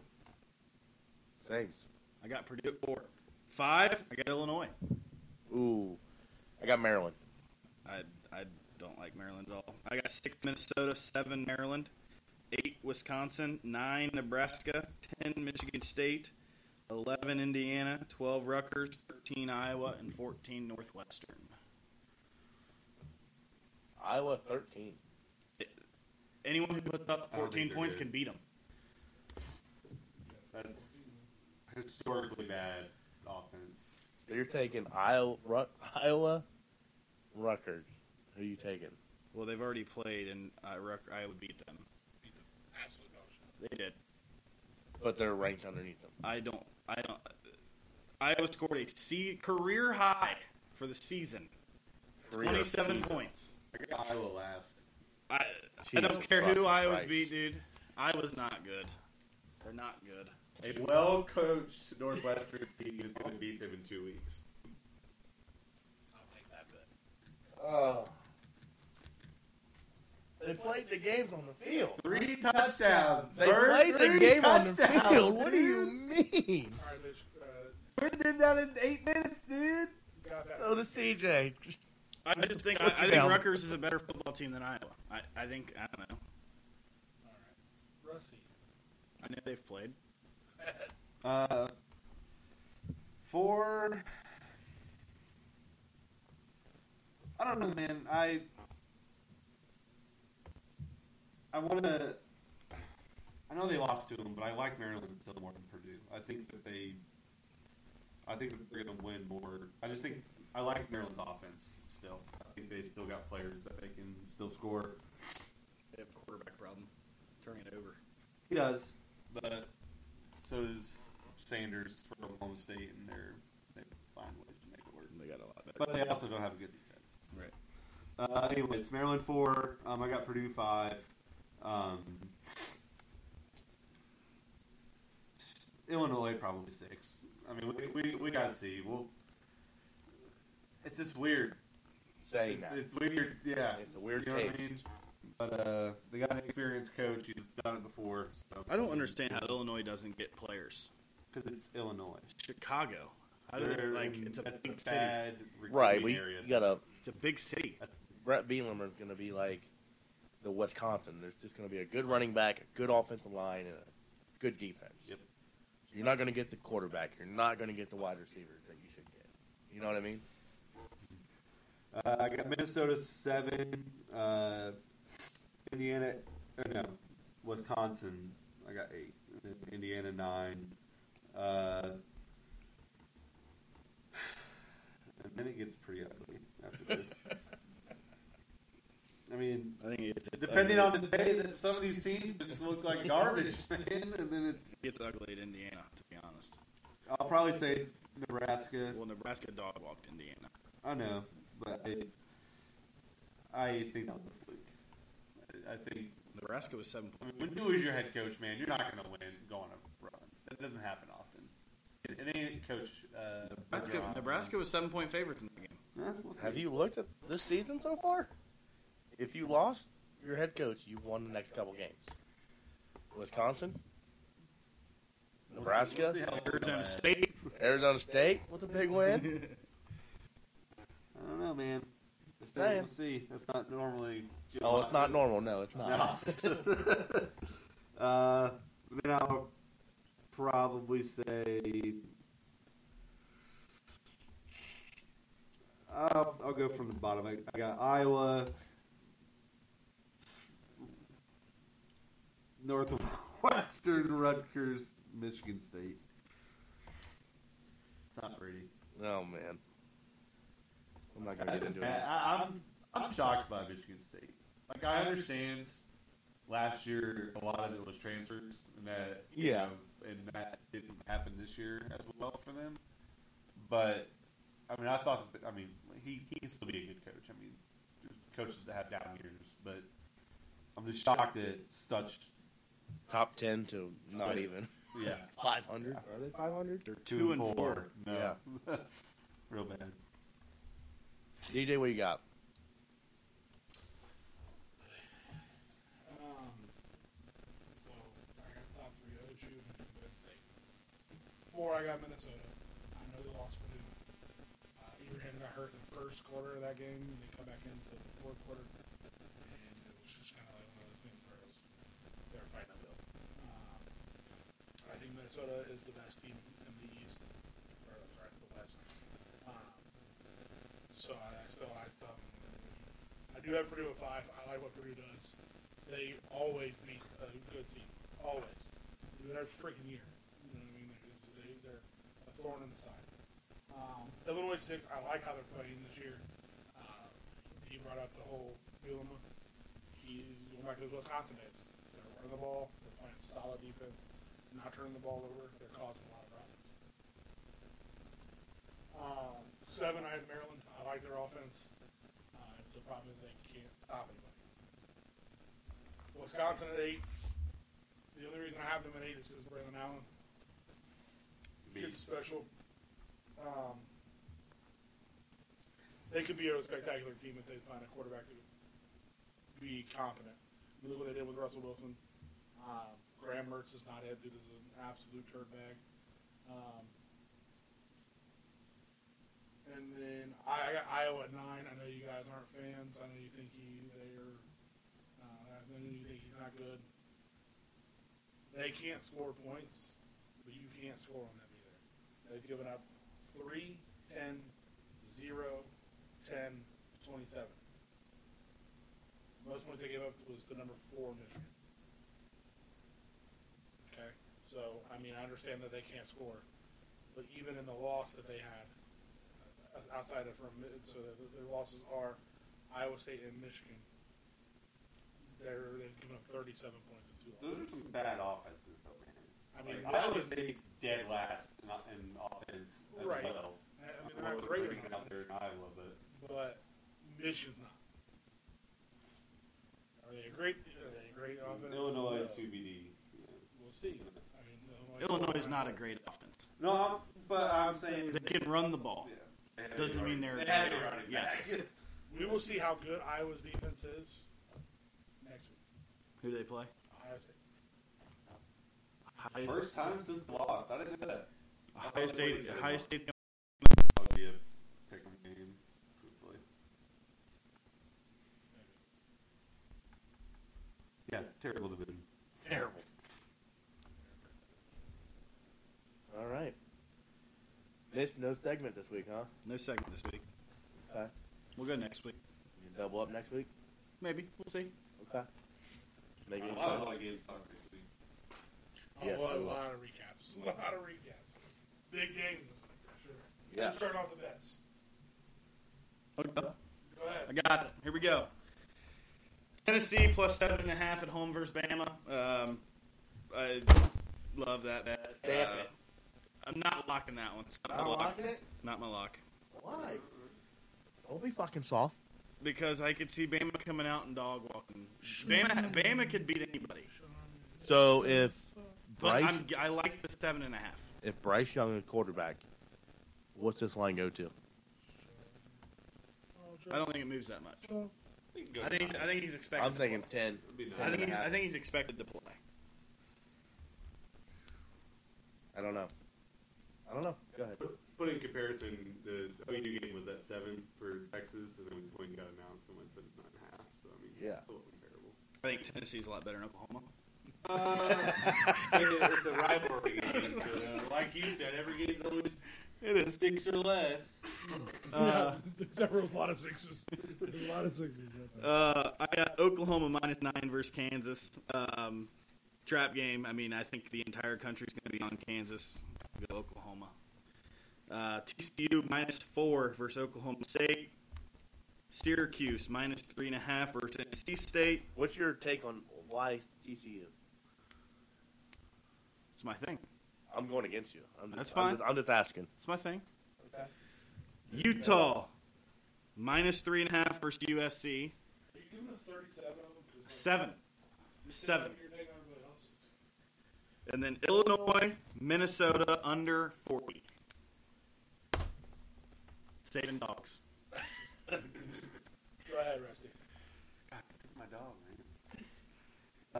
S4: Same.
S10: I got Purdue at four. Five, I got Illinois.
S4: Ooh. I got Maryland.
S10: I, I don't like Maryland at all. I got six Minnesota, seven Maryland, eight Wisconsin, nine Nebraska, ten Michigan State, eleven Indiana, twelve Rutgers, thirteen Iowa, and fourteen Northwestern.
S4: Iowa 13.
S10: Anyone who puts up
S7: I don't think
S10: fourteen
S7: they're
S10: points
S7: good.
S10: can beat them.
S7: That's historically bad offense.
S4: So you're taking Iowa, Ru- Iowa Rutgers. Who you taking?
S10: Well, they've already played, and uh, Ruck- Iowa beat them.
S8: Absolutely no.
S10: They did.
S4: But they're ranked underneath them.
S10: I don't. I don't. Iowa scored a se- career high for the season.
S4: Career
S10: Twenty-seven
S4: season.
S10: points.
S7: I got Iowa last.
S10: I, I
S4: Jesus
S10: don't care who
S4: fucking
S10: Iowa's
S4: Christ.
S10: beat, dude. Iowa's not good. They're not good.
S7: A well coached Northwestern team is going to beat them in two weeks.
S8: I'll take that bet.
S4: Oh. They played the games on the field.
S7: Three touchdowns.
S4: They
S7: Bird,
S4: played the
S7: three
S4: game on the
S7: touchdowns,
S4: field. What do
S7: dude.
S4: you mean?
S8: All right, Mitch. Uh,
S4: Bird did that in eight minutes, dude.
S8: got that.
S4: So did CJ. Just
S10: I just think I,
S4: Put you
S10: I think
S4: down.
S10: Rutgers is a better football team than Iowa. I, I think I don't know.
S8: Rusty.
S10: I know they've played.
S7: Uh, for I don't know, man. I I want to. I know they lost to them, but I like Maryland still more than Purdue. I think that they. I think that they're going to win more. I just think I like Maryland's offense still. I think they still got players that they can still score.
S10: They have a quarterback problem. Turning it over.
S7: He does, but so does Sanders for Oklahoma State, and they're they find ways to make it work.
S10: They got a lot better.
S7: But they also don't have a good defense.
S10: right.
S7: Uh, anyway, it's Maryland four. Um, I got Purdue five. Um, Illinois probably six. I mean, we we, we gotta see. We'll. It's just weird.
S4: saying
S7: It's,
S4: that.
S7: it's weird. Yeah,
S4: It's a weird
S7: You know what I
S4: taste.
S7: mean? But uh, they got an experienced coach. He's done it before. So.
S10: I don't understand how Illinois doesn't get players.
S7: because it's Illinois.
S10: Chicago. How do they,
S7: They're
S10: like
S7: in-
S10: it's a
S7: that's
S10: big city.
S7: bad
S4: right,
S7: recruiting
S4: we
S7: area.
S4: you gotta.
S10: It's a big city.
S4: Brett Bielemer's gonna be like the Wisconsin. There's just gonna be a good running back, a good offensive line, and a good defense.
S7: Yep.
S4: You're not gonna get the quarterback. You're not gonna get the wide receivers that you should get. You know what I mean?
S7: Uh, I got Minnesota seven, uh, Indiana, or no, Wisconsin. I got eight. Indiana nine. Uh, and then it gets pretty ugly after this. I mean,
S10: I think it's
S7: depending on the day, that some of these teams just look like garbage, man. And then it's
S10: it's ugly at Indiana, to be honest.
S7: I'll probably say Nebraska.
S10: Well, Nebraska dog walked Indiana.
S7: I know, but I, I think that was a fluke. I, I think
S10: Nebraska was seven
S7: I
S10: point.
S7: mean, when you lose your head coach, man, you're not going to win. Go on a run. That doesn't happen often. It, it ain't coach. Uh,
S10: Nebraska,
S7: Bergeron.
S10: Nebraska was seven point favorites in that game.
S7: Huh? We'll see.
S4: Have you looked at this season so far? If you lost your head coach, you won the next couple games. Wisconsin,
S7: We'll see
S4: Nebraska,
S7: how it goes.
S10: Arizona State.
S4: Arizona State with a big win.
S7: I don't know, man. We'll see.
S4: Saying.
S7: We'll see. That's not normally.
S4: Oh, it's not normal. No, it's not.
S7: No. uh, then I'll probably say. I'll, I'll go from the bottom. I, I got Iowa, Northwestern, Rutgers, Michigan State. It's not pretty.
S4: Oh man, I'm not gonna
S7: I,
S4: get into it.
S7: I, I'm I'm shocked by Michigan State. Like I understand last year a lot of it was transfers and that you
S4: Yeah.
S7: know, and that didn't happen this year as well for them. But I mean I thought that, I mean he, he can still be a good coach. I mean there's coaches that have down years, but I'm just shocked that such
S4: Top ten to not even
S7: yeah
S4: five hundred. Are they five hundred?
S7: they're two, and four. No. Real bad.
S4: DJ, what you got?
S8: So I got the top three: OSU, Michigan, Penn State. Four, I got Minnesota. I know they lost Purdue. Uh, Ibrahim got hurt in the first quarter of that game. They come back into the fourth quarter, and it was just kind of like one of those things where it was, they were fighting uphill. Um, I think Minnesota is the best team in the East, or I'm sorry, the West. Um, so I, I still, I still, I do have Purdue at five. I like what Purdue does. They always beat a good team. Always. They do it every freaking year. You know what I mean? They're, they, they're a thorn in the side. Um, Illinois six. I like how they're playing this year. Uh, you brought up the whole dilemma. He's going back to his Wisconsin days. They're running the ball. They're playing solid defense. Not turning the ball over. They're causing a lot of problems. Um, seven. I have Maryland. I like their offense. Uh, the problem is they can't stop anybody. Wisconsin at eight. The only reason I have them at eight is because Braylon Allen. Kid's special. Um, they could be a spectacular team if they find a quarterback to be competent. Look what they did with Russell Wilson. Uh, Graham Mertz is not it. Dude is an absolute dirtbag. Um, and then I I got Iowa at nine. I know you guys aren't fans. I know you think he they're. Uh, I know you think he's not good. They can't score points, but you can't score on them either. They've given up 3, 10, 0, 10, 27. Most points they gave up was the number four Michigan. Okay, so I mean I understand that they can't score, but even in the loss that they had, uh, outside of from so their- their losses are Iowa State and Michigan. They're they've given up 37 points in two
S7: Those
S8: losses.
S7: are some bad offenses though, man.
S8: I mean,
S7: Like,
S8: Michigan-
S7: Iowa State's dead last in, in offense as
S8: Right.
S7: well.
S8: I I mean,
S7: Well,
S8: they're not
S7: they're
S8: great
S7: pretty
S8: at
S7: good out there
S8: offense,
S7: in Iowa, but
S8: but Michigan's not. Are they a great? Are they a great offense?
S7: Illinois
S8: No.
S7: to TBD. yeah.
S8: We'll see. I mean,
S10: Illinois is not a great offense.
S7: No, I'm, but I'm saying
S10: They can run the ball. Doesn't mean they're
S7: they
S10: a
S7: had
S10: good
S7: a running back.
S8: We will see how good Iowa's defense is next week.
S10: Who do they play?
S8: Ohio State.
S10: Ohio
S7: First time since the loss. I didn't know that.
S10: State. Ohio State. Ohio State.
S7: That would be a pick 'em game, truthfully. Yeah, terrible division.
S4: Terrible. All right. Missed no segment this week, huh?
S10: No segment this week.
S4: Okay.
S10: We'll go next week.
S4: You double up next week.
S10: Maybe we'll see.
S4: Okay. Maybe.
S7: A lot of games. are crazy.
S8: A
S4: Yes,
S8: lot,
S4: we will.
S8: lot of recaps. A lot of recaps. Big games this week, for sure.
S10: Yeah.
S8: We'll start off the bets. Go ahead.
S10: Oh, I got it. Here we go. Tennessee plus seven and a half at home versus Bama. Um, I love that bet.
S13: Damn
S10: Uh,
S13: it.
S10: I'm not locking that one. It's not, my
S4: Not
S10: lock.
S4: locking it?
S10: Not my lock.
S13: Why?
S4: Don't be fucking soft.
S10: Because I could see Bama coming out and dog walking. Bama, Bama could beat anybody.
S4: So if
S10: But
S4: Bryce,
S10: I'm, I like the seven and a half.
S4: if Bryce Young is quarterback, what's this line go to?
S10: I don't think it moves that much. I think I think he's expected.
S4: I'm
S10: to
S4: thinking
S10: play.
S4: ten.
S10: I
S4: 10 and
S10: think
S4: a
S10: he's,
S4: half.
S10: I think he's expected to play.
S4: I don't know. I don't know. Go ahead.
S7: Put in comparison, the OU game was at seven for Texas, and then when Boyne got announced, it went to nine and a half. So I mean,
S4: Yeah.
S7: it's still comparable.
S10: I think Tennessee's a lot better than Oklahoma.
S7: it's a rivalry game, so like you said, every game's always it is six or less. uh,
S8: Except for a lot of sixes. a lot of sixes. That time.
S10: Uh, I got Oklahoma minus nine versus Kansas. Um, trap game. I mean, I think the entire country's going to be on Kansas. Go Oklahoma. Uh, TCU minus four versus Oklahoma State. Syracuse minus three and a half versus NC State.
S4: What's your take on why TCU?
S10: It's my thing.
S4: I'm going against you. I'm just,
S10: That's
S4: I'm
S10: fine.
S4: just- I'm just asking.
S10: It's my thing. Utah minus three and a half versus USC.
S8: Are you giving us 37 of them? 'Cause, like,
S10: Seven. Seven.
S8: You're taking everybody else's.
S10: And then Illinois, Minnesota under 40. Saving dogs.
S8: Go ahead, Rusty.
S7: My dog, man.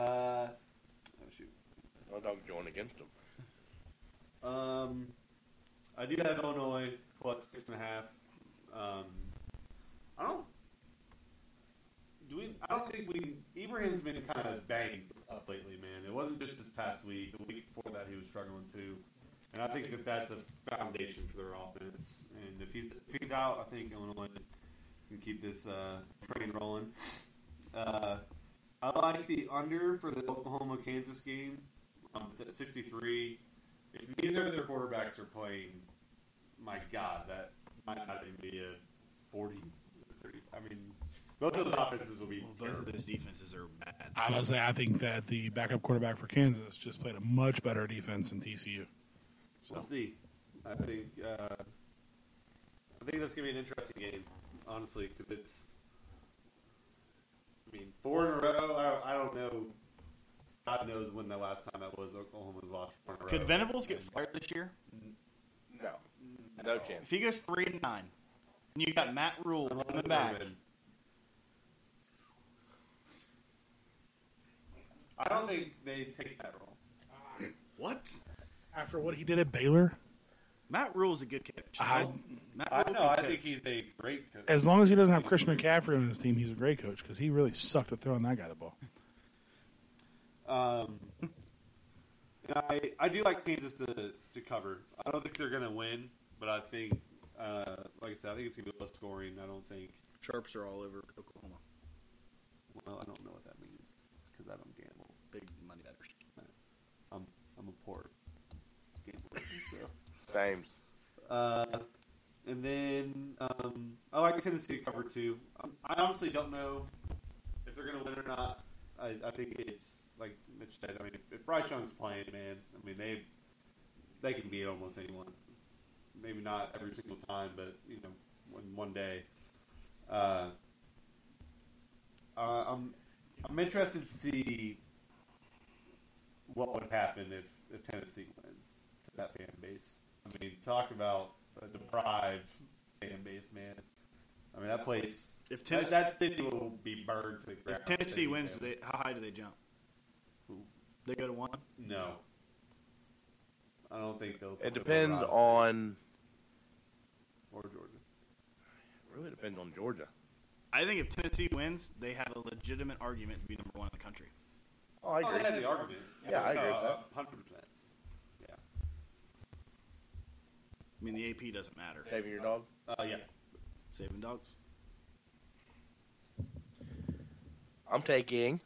S7: Uh, oh shoot.
S4: I'm not going against them.
S7: Um, I do have Illinois plus six and a half. Um, I don't. Do we? I don't think we. Ibrahim's been kind of banged up lately, man. It wasn't just this past week. The week before that, he was struggling too. And I think that that's a foundation for their offense. And if he's if he's out, I think Illinois can keep this uh, train rolling. Uh, I like the under for the Oklahoma Kansas game. Um, it's at 63. If neither of their quarterbacks are playing, my God, that might not even be a 40, 30. I mean, both of those offenses will be
S10: Both of
S7: terrible.
S10: those defenses are bad.
S8: I must say, I think that the backup quarterback for Kansas just played a much better defense than TCU.
S7: We'll see. I think uh, I think that's gonna be an interesting game, honestly, because it's. I mean, four in a row. I don't, I don't know. God knows when the last time that was Oklahoma's lost four in a row.
S10: Could Venables get fired this year?
S4: No, no chance.
S10: If he goes 3 and 9, and you got Matt Rule coming back,
S7: I don't think they take that role.
S10: what?
S8: After what he did at Baylor,
S10: Matt Rule's a good coach.
S8: I,
S10: Matt
S7: I
S10: Rhule
S7: know.
S10: can
S7: I
S10: coach.
S7: think he's a great coach.
S8: as long as he doesn't have Christian McCaffrey on his team, he's a great coach because he really sucked at throwing that guy the ball.
S7: Um, and I I do like Kansas to, to cover. I don't think they're gonna win, but I think, uh, like I said, I think it's gonna be low scoring. I don't think.
S10: Sharps are all over Oklahoma.
S7: Well, I don't know what that means because I don't gamble.
S10: Big money betters.
S7: I'm I'm a poor gambler. So.
S4: Same.
S7: Uh, and then um, I like Tennessee to cover too. Um, I honestly don't know if they're going to win or not. I, I think it's like Mitch said. I mean, if, if Bryce Young's playing, man, I mean they they can beat almost anyone. Maybe not every single time, but you know, one one day. Uh, uh, I'm I'm interested to see what would happen if, if Tennessee wins to that fan base. I mean, talk about a deprived fan base, man. I mean, that place.
S10: If
S7: that-
S10: Tennessee-
S7: that, city will be burned to the ground.
S10: If Tennessee
S7: They-
S10: wins, they, how high do they jump? They go to one?
S7: no, I don't think they'll.
S4: It depends on.
S7: or Georgia.
S4: Really depends on Georgia.
S10: I think if Tennessee wins, they have a legitimate argument to be number one in the country.
S4: Oh, I
S7: Oh,
S4: agree.
S7: they had the argument.
S4: Yeah, I agree with that.
S7: Hundred percent. Yeah.
S10: I mean, the AP doesn't matter.
S4: Saving your dog.
S7: Uh, yeah.
S10: Saving dogs.
S4: I'm taking.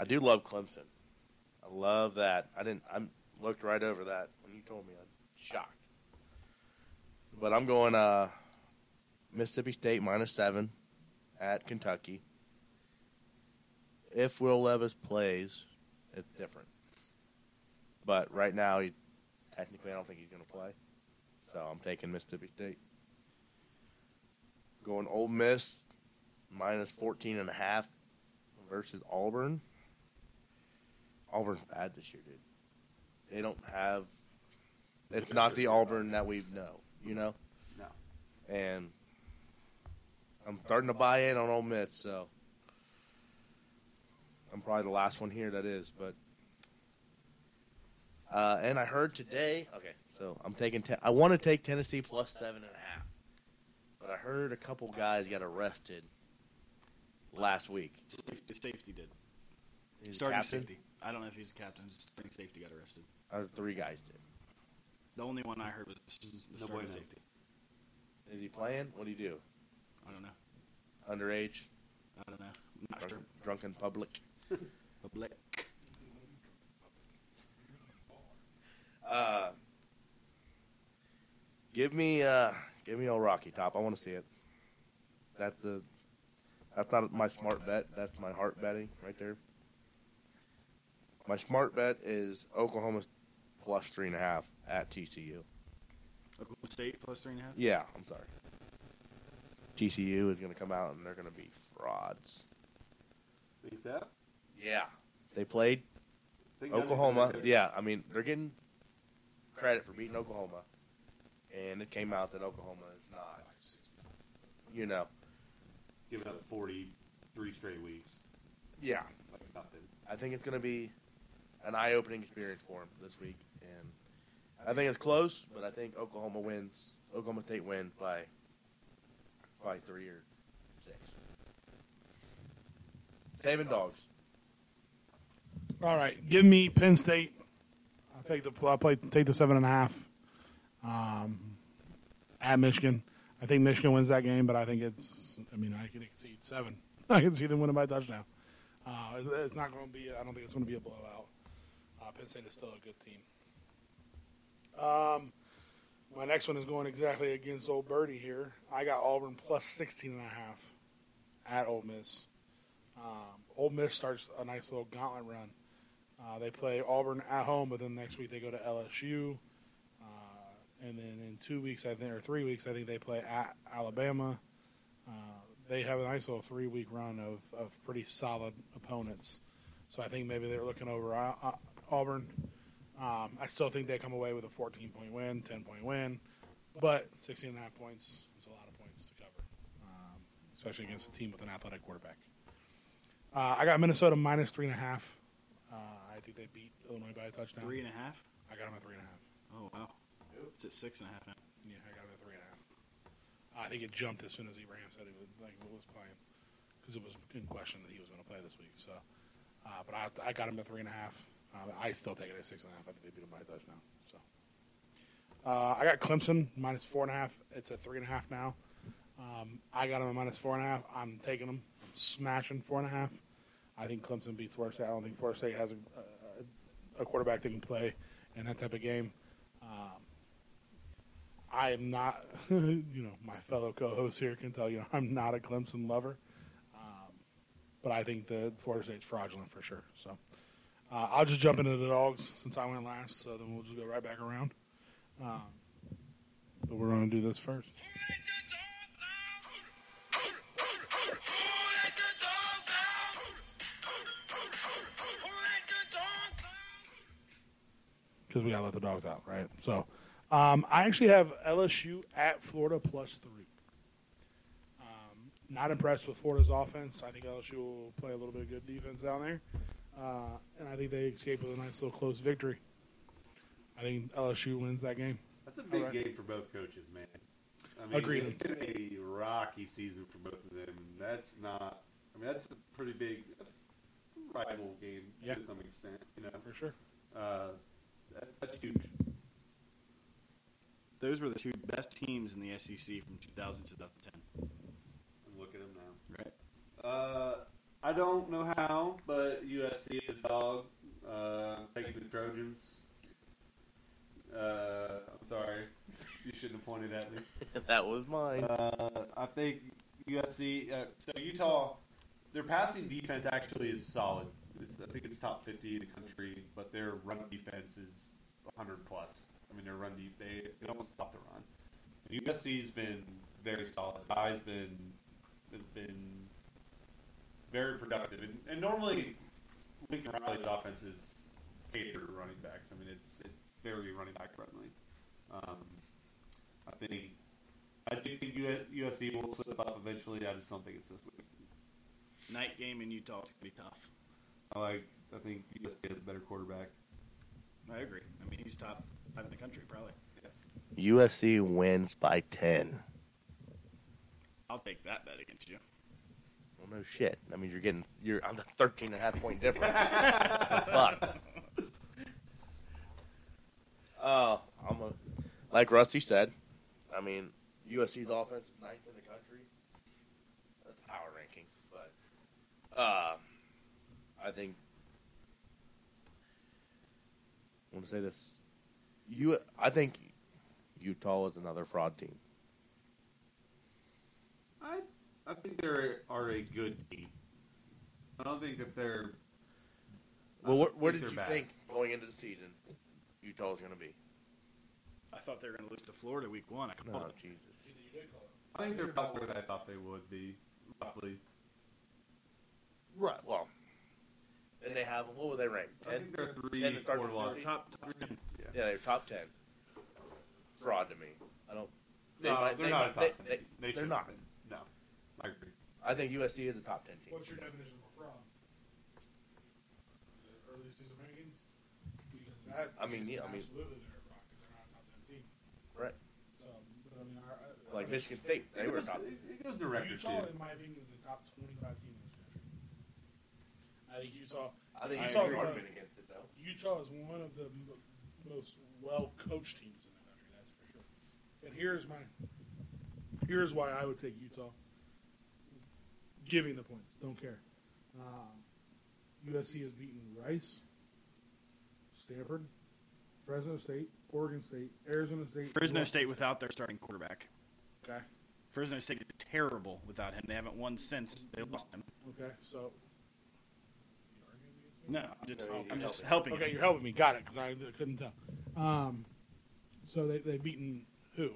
S4: I do love Clemson. I
S7: I love that. I didn't. I looked right over that when you told me. I'm shocked. But I'm going uh, Mississippi State minus seven at Kentucky. If Will Levis plays, it's different. But right now, he, technically, I don't think he's going to play. So I'm taking Mississippi State. Going Ole Miss minus 14 and a half versus Auburn. Auburn's bad this year, dude. They don't have. It's not the Auburn that we know, you know.
S14: No.
S7: And I'm starting to buy in on Ole Miss, so I'm probably the last one here that is. But uh, and I heard today. Okay, so I'm taking. Te- I want to take Tennessee plus seven and a half, but I heard a couple guys got arrested last week.
S15: Safety, safety did.
S7: He's a
S15: Starting
S7: captain.
S15: safety. I don't know if he's a captain. just Starting safety got arrested.
S7: Uh, three guys did.
S15: The only one I heard was the
S14: No
S15: starting
S14: bueno.
S15: safety.
S7: Is he playing? What do you do?
S15: I don't know.
S7: Underage,
S15: I don't know. I'm not
S7: drunk,
S15: sure.
S7: drunk in public.
S15: Public.
S7: Uh, Give me, uh, give me old Rocky Top. I want to see it. That's the. That's not my smart bet. That's my heart betting right there. My smart bet is Oklahoma plus three and a half at TCU.
S15: Oklahoma State plus three and a half.
S7: Yeah, I'm sorry. TCU is going to come out and they're going to be frauds.
S14: Think so?
S7: Yeah, they played
S14: Think that is
S7: Oklahoma.
S14: good.
S7: Yeah, I mean they're getting credit for beating Oklahoma, and it came out that Oklahoma is not. You know.
S14: Give it up 43 straight weeks.
S7: Yeah,
S14: Like nothing.
S7: I think it's going to be an eye-opening experience for him this week, and I think it's close, but I think Oklahoma wins. Oklahoma State wins by by three or six. Saving dogs.
S8: All right, give me Penn State. I'll take the I'll play take the seven and a half. Um, at Michigan, I think Michigan wins that game, but I think it's. I mean, I can see seven. I can see them winning by a touchdown. Uh, it's, it's not going to be. I don't think it's going to be a blowout. Uh, Penn State is still a good team. Um, my next one is going exactly against Old Birdie here. I got Auburn plus 16 and a half at Ole Miss. Um, Ole Miss starts a nice little gauntlet run. Uh, they play Auburn at home, but then next week they go to LSU, uh, and then in two weeks, I think, or three weeks, I think they play at Alabama. Uh, they have a nice little three-week run of, of pretty solid opponents. So I think maybe they're looking over uh, uh, Auburn. Um, I still think they come away with a 14-point win, 10-point win, but 16 and a half points is a lot of points to cover, um, especially against a team with an athletic quarterback. Uh, I got Minnesota minus three and a half. Uh, I think they beat Illinois by a touchdown.
S15: Three and a half.
S8: I got them at three and a half.
S15: Oh wow. It's at six and a half now.
S8: Yeah, I got them at three and a half. I think it jumped as soon as Abraham said he was like what was playing because it was in question that he was going to play this week. So, uh, but I, I got him at three and a half. Uh, I still take it at six and a half. I think they beat him by a touchdown. So, uh, I got Clemson minus four and a half. It's at three and a half now. Um, I got him at minus four and a half. I'm taking them, I'm smashing four and a half. I think Clemson beats Florida State. I don't think Florida State has a, a, a quarterback that can play in that type of game. I am not, you know, my fellow co-hosts here can tell you I'm not a Clemson lover, um, but I think the Florida State's fraudulent for sure. So uh, I'll just jump into the dogs since I went last. So then we'll just go right back around. Um, but we're going to do this first. because we gotta let the dogs out, right? So, um, I actually have LSU at Florida plus three. Um, not impressed with Florida's offense. I think LSU will play a little bit of good defense down there, uh, and I think they escape with a nice little close victory. I think LSU wins that game.
S14: That's a big
S8: Alright.
S14: game for both coaches, man. I mean,
S8: Agreed.
S14: It's been a rocky season for both of them. That's not. I mean, that's a pretty big. That's a rival game
S8: Yeah.
S14: to some extent. You know,
S8: For sure.
S14: uh, that's that's huge.
S15: Those were the two best teams in the SEC from 2000 to 2010.
S14: And look at them now.
S15: Right.
S14: Uh, I don't know how, but USC is dog. Uh,
S7: Trojans. Uh, I'm sorry, you shouldn't have pointed at me.
S4: that was mine.
S7: Uh, I think USC. Uh, so Utah, their passing defense actually is solid. It's, I think it's top 50 in the country, but their run defense is 100 plus. I mean, their run de- they it almost stopped the run. And USC's been very solid. Guy's been has been very productive, and, and normally Lincoln Riley's offense is catered to running backs. I mean, it's it's very running back friendly. Um, I think I do think U- USC will slip up eventually. I just don't think it's this week.
S10: Night game in Utah is gonna be tough.
S7: I like. I think USC has a better quarterback.
S10: I agree. I mean, he's top five in the country probably.
S4: USC wins by 10.
S10: I'll take that bet against you.
S4: Well, no shit. That means you're getting you're on the 13 and a half point difference. Fuck. Oh, I'm a, like Rusty said. I mean, USC's offense is ninth in the country. That's power ranking, but uh, I think I want to say this. You, I think Utah is another fraud team.
S7: I I think they are a good team. I don't think that they're.
S4: Well,
S7: I
S4: where,
S7: don't
S4: where
S7: think
S4: did you
S7: they're bad.
S4: think going into the season Utah was going to be?
S10: I thought they were gonna lose to Florida week one. I called
S4: Oh,
S10: it.
S4: Jesus.
S7: I think they're about where I thought they would be, roughly.
S4: Right. Well, and they have what were they ranked?
S7: I
S4: Ten.
S7: think they're three,
S4: Ten to start
S7: four
S4: the
S7: losses.
S4: season.
S10: Top, top ten.
S4: Yeah, they're top ten. Fraud to me. I don't. They
S7: No,
S4: might-
S7: they're
S4: they
S7: not.
S4: might-
S7: a top
S4: they-
S7: team.
S4: they- they're
S7: should.
S4: not.
S7: No, I agree.
S4: I think USC is a top ten team.
S8: What's your definition of a fraud? Is it Early season rankings? Because that's-
S4: I mean,
S8: it's
S4: yeah, I mean-
S8: absolutely they're a fraud because they're not a top ten team.
S4: Right.
S8: So, but I mean, our, uh,
S4: Like Michigan State, they
S7: It
S4: were
S7: goes,
S4: top.
S7: it goes to record
S8: Utah,
S7: too.
S8: in my opinion, is the top twenty-five team in this country. I think Utah.
S4: I think
S8: Utah's
S4: Utah's
S8: one
S4: argument
S8: of-
S4: against it though.
S8: Utah is one of the m- most well-coached teams in the country. That's for sure. And here's my here's why I would take Utah. Giving the points, don't care. Um, USC has beaten Rice, Stanford, Fresno State, Oregon State, Arizona State,
S10: Fresno State without their starting quarterback.
S8: Okay,
S10: Fresno State is terrible without him. They haven't won since they lost him.
S8: okay, so
S10: No, I'm just, I'm just helping.
S8: Okay,
S10: you.
S8: you're helping me. Got it, because I couldn't tell. Um, so they they've beaten who?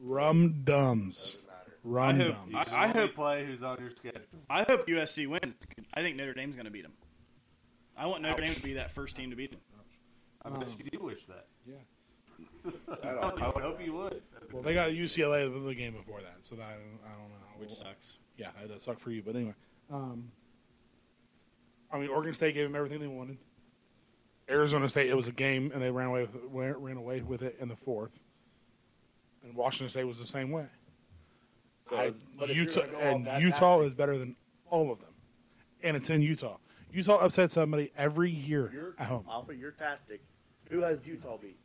S8: Rum Dums. Rum
S10: I hope-
S8: Dums.
S10: I- I
S7: Only
S10: hope-
S7: play who's on your schedule.
S10: I hope USC wins. I think Notre Dame's going to beat them. I want Notre Dame to be that first team to beat them.
S7: I bet you do wish that.
S8: Yeah.
S7: I would hope you would.
S8: Well, they got UCLA the the game before that, so that, I don't I don't know.
S10: Which sucks.
S8: yeah, that does suck for you. But anyway, um, I mean, Oregon State gave them everything they wanted. Arizona State, it was a game, and they ran away with ran ran away with it in the fourth. And Washington State was the same way. I,
S4: but if you're
S8: Utah
S4: gonna go off
S8: and
S4: that
S8: Utah is better than all of them, and it's in Utah. Utah upsets somebody every year at home.
S4: Off of your tactic, who has Utah beat?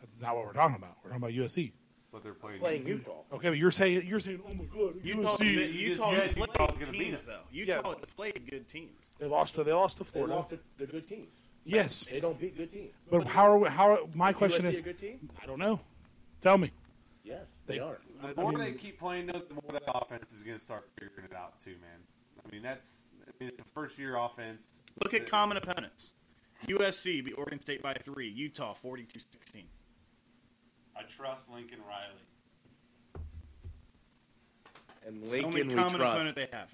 S8: That's not what we're talking about. We're talking about USC.
S7: But they're playing.
S4: Playing Utah.
S8: Okay, but you're saying you're saying, oh my god,
S10: Utah's,
S8: USC.
S10: been-
S7: you just
S10: Utah's
S7: said
S10: played
S7: Utah's
S10: good
S7: gonna beat
S10: teams,
S7: them.
S10: though. Utah
S8: Yeah.
S10: has played good teams.
S8: They lost to they lost to
S4: They
S8: Florida.
S4: lost to the good teams.
S8: yes,
S4: They don't beat good teams.
S8: but how are we, how? Are, my question
S4: USC
S8: is,
S4: a good team?
S8: I don't know. Tell me.
S4: Yes,
S8: They-
S4: they are.
S8: I- I
S7: The more
S8: mean,
S7: they keep playing, though, the more that offense is going to start figuring it out too, man. I mean, that's I mean, it's a first year offense.
S10: Look at
S7: They-
S10: common opponents. USC beat Oregon State by three. Utah 42-16.
S7: I trust Lincoln Riley.
S4: And
S10: It's the only common opponent they have.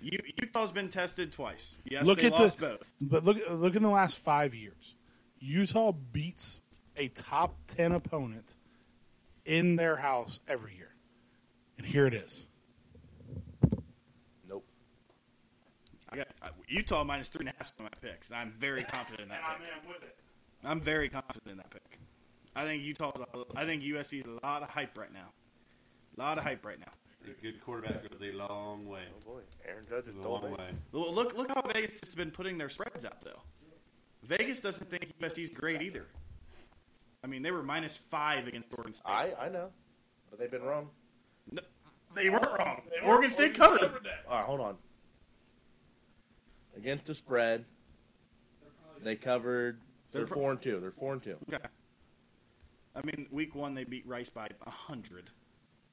S10: U- Utah's been tested twice. Yes,
S8: Look
S10: they
S8: at
S10: lost
S8: the
S10: both.
S8: but look look in the last five years, Utah beats a top ten opponent in their house every year, and here it is.
S4: Nope.
S10: I got, I, Utah minus three and a half on my picks. and I'm very confident in that pick.
S8: with it.
S10: I'm very confident in that pick. I think Utah's. a- I think USC is a lot of hype right now. A lot of hype right now.
S7: A good quarterback goes a long way.
S4: Oh, Boy, Aaron Judge is
S7: Goes a long way.
S10: Look, look, look how Vegas has been putting their spreads out though. Vegas doesn't think USC's great either. I mean, they were minus five against Oregon State.
S4: I, I know, but they've been wrong.
S10: No, they weren't wrong. Oregon State covered. them.
S4: All right, hold on. Against the spread, They covered. They're
S7: They're-
S4: four and two. They're four and two.
S7: Okay. I mean, week one they beat Rice by hundred.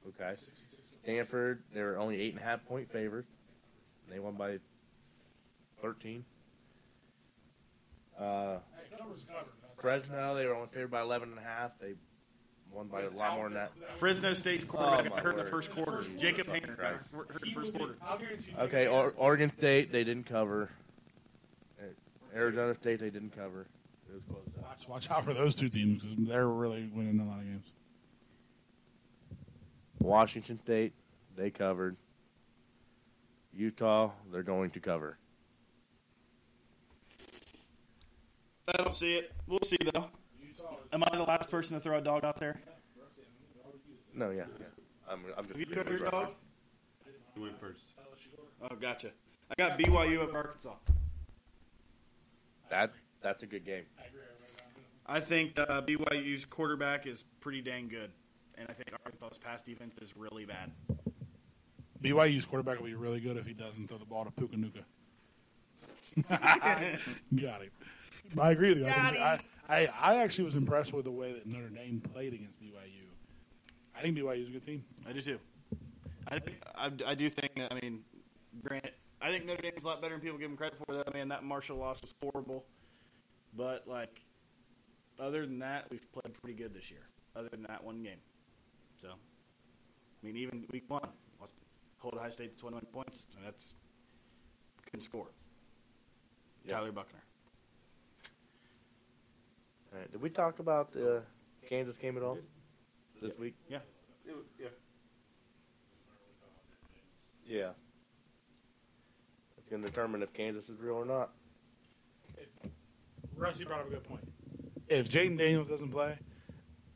S4: Okay. Stanford, they were only eight and a half point favored. They won by thirteen. Uh, Fresno, they were only favored by eleven and a half. They won by a lot more than that.
S7: Fresno State's quarterback
S4: Oh, my
S7: got hurt in the
S4: word.
S7: first quarter. Jacob Hayner got
S4: Christ.
S7: hurt in the first quarter.
S4: Okay, or- Oregon State, they didn't cover. Arizona State, they didn't cover. It was close.
S8: Watch, watch out for those two teams 'cause they're really winning a lot of games.
S4: Washington State, they covered. Utah, they're going to cover.
S7: I don't see it. We'll see though. Am I the last person to throw a dog out there?
S4: No, yeah, yeah. I'm, I'm just.
S7: Have you covered your dog?
S16: You went first.
S7: Oh, gotcha. I got BYU of Arkansas.
S4: That that's a good game.
S7: I think uh, BYU's quarterback is pretty dang good, and I think Arkansas's pass defense is really bad.
S8: BYU's quarterback will be really good if he doesn't throw the ball to Puka Nuka. Got him. But I agree with you. I, think, I, I, I actually was impressed with the way that Notre Dame played against BYU. I think BYU is a good team.
S7: I do too. I, think, I, I do think that, I mean, granted, I think Notre Dame is a lot better than people give them credit for. That man, that Marshall loss was horrible, but like, other than that, we've played pretty good this year. Other than that one game, so I mean, even week one, let's hold High State to 21 points. And that's couldn't score. Tyler Buckner.
S4: All right, did we talk about the Kansas game at all this week?
S7: Yeah.
S16: yeah.
S4: Yeah. It's going to determine if Kansas is real or not.
S8: Rusty brought up a good point. If Jaden Daniels doesn't play,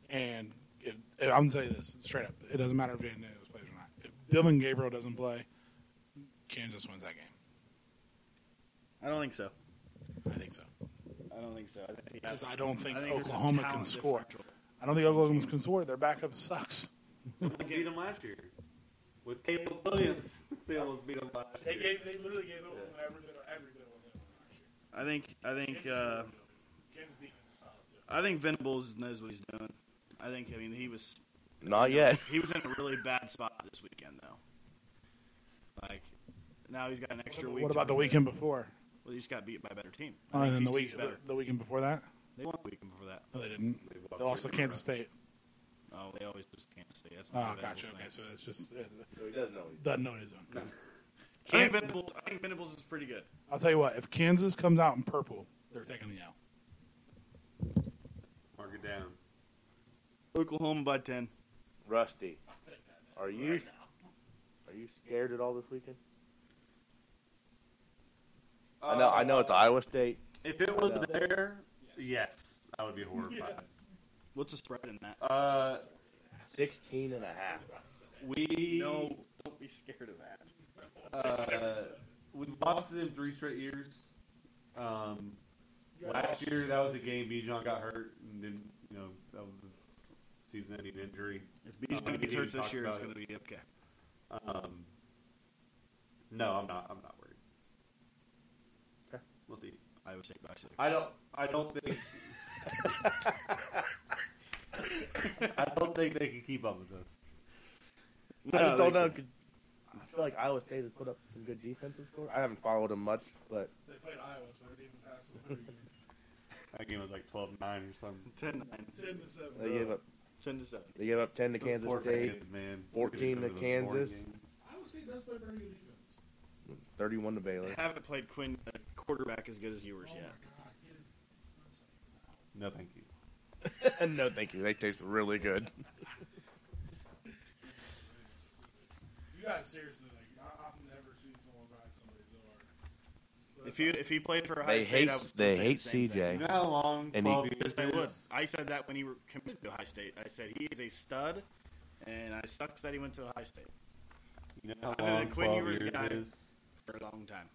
S8: and if, if I'm going to tell you this straight up, it doesn't matter if Jaden Daniels plays or not. If Dylan Gabriel doesn't play, Kansas wins that game.
S7: I don't think so.
S8: I think so.
S7: I don't think so. I think,
S8: Because I don't think,
S7: there's a
S8: Oklahoma can
S7: talent
S8: score.
S7: differential.
S8: I don't think Oklahoma can score. Their backup sucks.
S16: They almost beat them last year. With Caleb Williams, they almost beat them last year.
S8: gave, they literally gave up every bit of every bit of
S7: I think. I think. Uh,
S8: Kansas defense is solid too.
S7: I think Venables knows what he's doing. I think. I mean, he was
S4: Not yet.
S7: he was in a really bad spot this weekend though. Like now he's got an extra week.
S8: What
S7: to-
S8: about the weekend before?
S7: Well, he just got beat by a better team. I
S8: Oh, and then
S7: think
S8: the
S7: TCU's
S8: week
S7: better.
S8: the, the weekend before that?
S7: They won the weekend before that.
S8: No, they didn't. They lost to Kansas State.
S7: Oh, they always lose to Kansas State. That's
S8: Oh,
S7: not a
S8: gotcha.
S7: Venables
S8: Okay,
S7: thing.
S8: so it's just it
S4: He doesn't know.
S8: doesn't know his own.
S7: I think Venables. I think Venables is pretty good.
S8: I'll tell you what. If Kansas comes out in purple, they're taking the L.
S16: Mark it down.
S7: Oklahoma by ten.
S4: Rusty, are you are you scared at all this weekend? I know. I know it's Iowa State.
S16: Uh, If it was there, yes, I would be horrified.
S7: What's the spread in that?
S16: Uh,
S4: 16 and a half.
S16: we
S7: No, don't be scared of that.
S16: uh, we've lost them three straight years. Um, last year that was a game Bijan got hurt, and then you know that was his season-ending injury. Uh,
S7: If Bijan
S16: we
S7: gets hurt
S16: didn't
S7: this
S16: talk
S7: year,
S16: about
S7: it's
S16: it.
S7: going to be okay.
S16: Um, no, I'm not. I'm not worried. Okay, we'll see.
S7: Iowa State by six.
S16: I don't. I don't think. I don't think they can keep up with us.
S4: I just don't know. 'cause I feel like Iowa State has put up some good defensive scores. I haven't followed them much, but
S8: They played Iowa, so their defense has to be
S16: That game was like 12-9 or something.
S7: Ten nine.
S8: ten to seven.
S4: they gave up.
S7: Ten to seven.
S4: They gave up 10 to
S16: Those
S4: Kansas
S16: poor
S4: State,
S16: fans, man.
S4: 14 to
S16: Those boring
S4: Kansas.
S16: games.
S8: Iowa State does play very good defense.
S4: 31 to Baylor.
S7: They haven't played Quinn a quarterback as good as yours yet.
S8: God, get his nuts out
S16: No, thank you.
S4: no, thank you. They taste really good.
S8: of your mouth. You guys seriously like I, I've never seen someone ride somebody so hard.
S7: If you if he played for Ohio
S4: They
S7: State,
S4: hate.
S7: I would still
S4: They
S7: say
S4: hate
S7: the same thing.
S4: CJ.
S16: You know how long
S4: And he-
S16: 12 years
S7: Yes, they would.
S16: is?
S7: I said that when he were committed to Ohio State. I said he is a stud, and I sucks that he went to Ohio State
S16: You know how
S7: Other than
S16: long
S7: Quinn
S16: 12
S7: Ewers
S16: years
S7: got it.
S16: is?
S7: for a long time.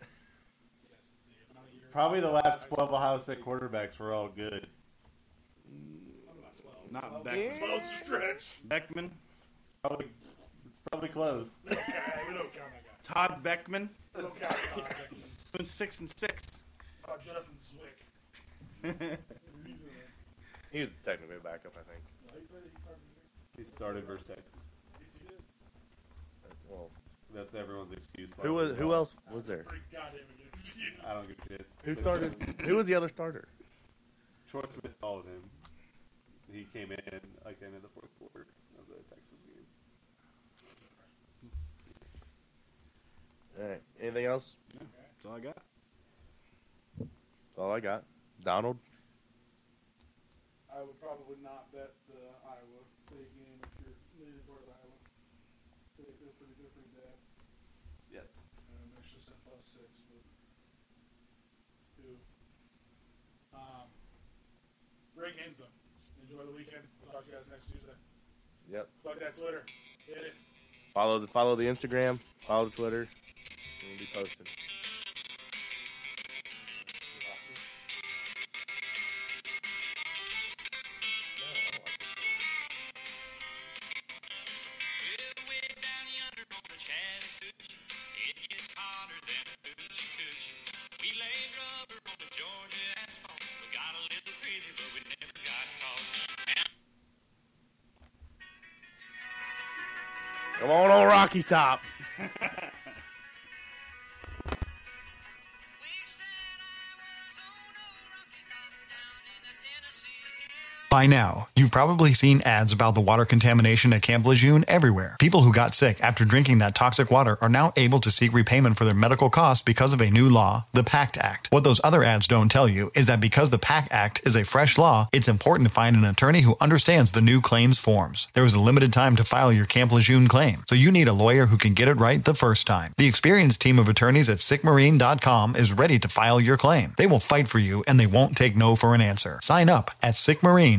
S8: Yes, it's the amount of years.
S16: Probably the last 12 Ohio State quarterbacks were all good.
S7: Not Beckman.
S8: Well, stretch.
S7: Beckman,
S16: It's probably, it's probably close.
S8: Okay, we don't count that guy.
S7: Todd Beckman,
S8: We don't count that guy. Oh,
S7: went six and six.
S17: about Justin Zwick.
S7: He was technically a backup, I think.
S18: He started versus Texas.
S7: Well,
S18: That's everyone's excuse.
S7: who was who else was there?
S18: I don't give a shit.
S7: Who
S18: But
S7: started? Who was the other starter?
S18: Troy Smith followed him. He came in like the end of the fourth quarter of the Texas game.
S7: All right. Anything else?
S19: That's all I got.
S7: That's all I got. Donald.
S17: I would probably not bet the Iowa State game if you're leaning towards Iowa. So they're pretty, they're pretty bad.
S18: Yes.
S17: Um, actually, sent plus six, but two. Um, great games though. Enjoy the weekend. We'll talk to you guys next Tuesday.
S7: Yep.
S17: Plug that Twitter. Hit it.
S7: Follow the follow the Instagram. Follow the Twitter. We'll be posting. Come on, old Rocky Top.
S6: By now, you've probably seen ads about the water contamination at Camp Lejeune everywhere. People who got sick after drinking that toxic water are now able to seek repayment for their medical costs because of a new law, the PACT Act. What those other ads don't tell you is that because the PACT Act is a fresh law, it's important to find an attorney who understands the new claims forms. There is a limited time to file your Camp Lejeune claim, so you need a lawyer who can get it right the first time. The experienced team of attorneys at sickmarine.com is ready to file your claim. They will fight for you and they won't take no for an answer. Sign up at sickmarine.com.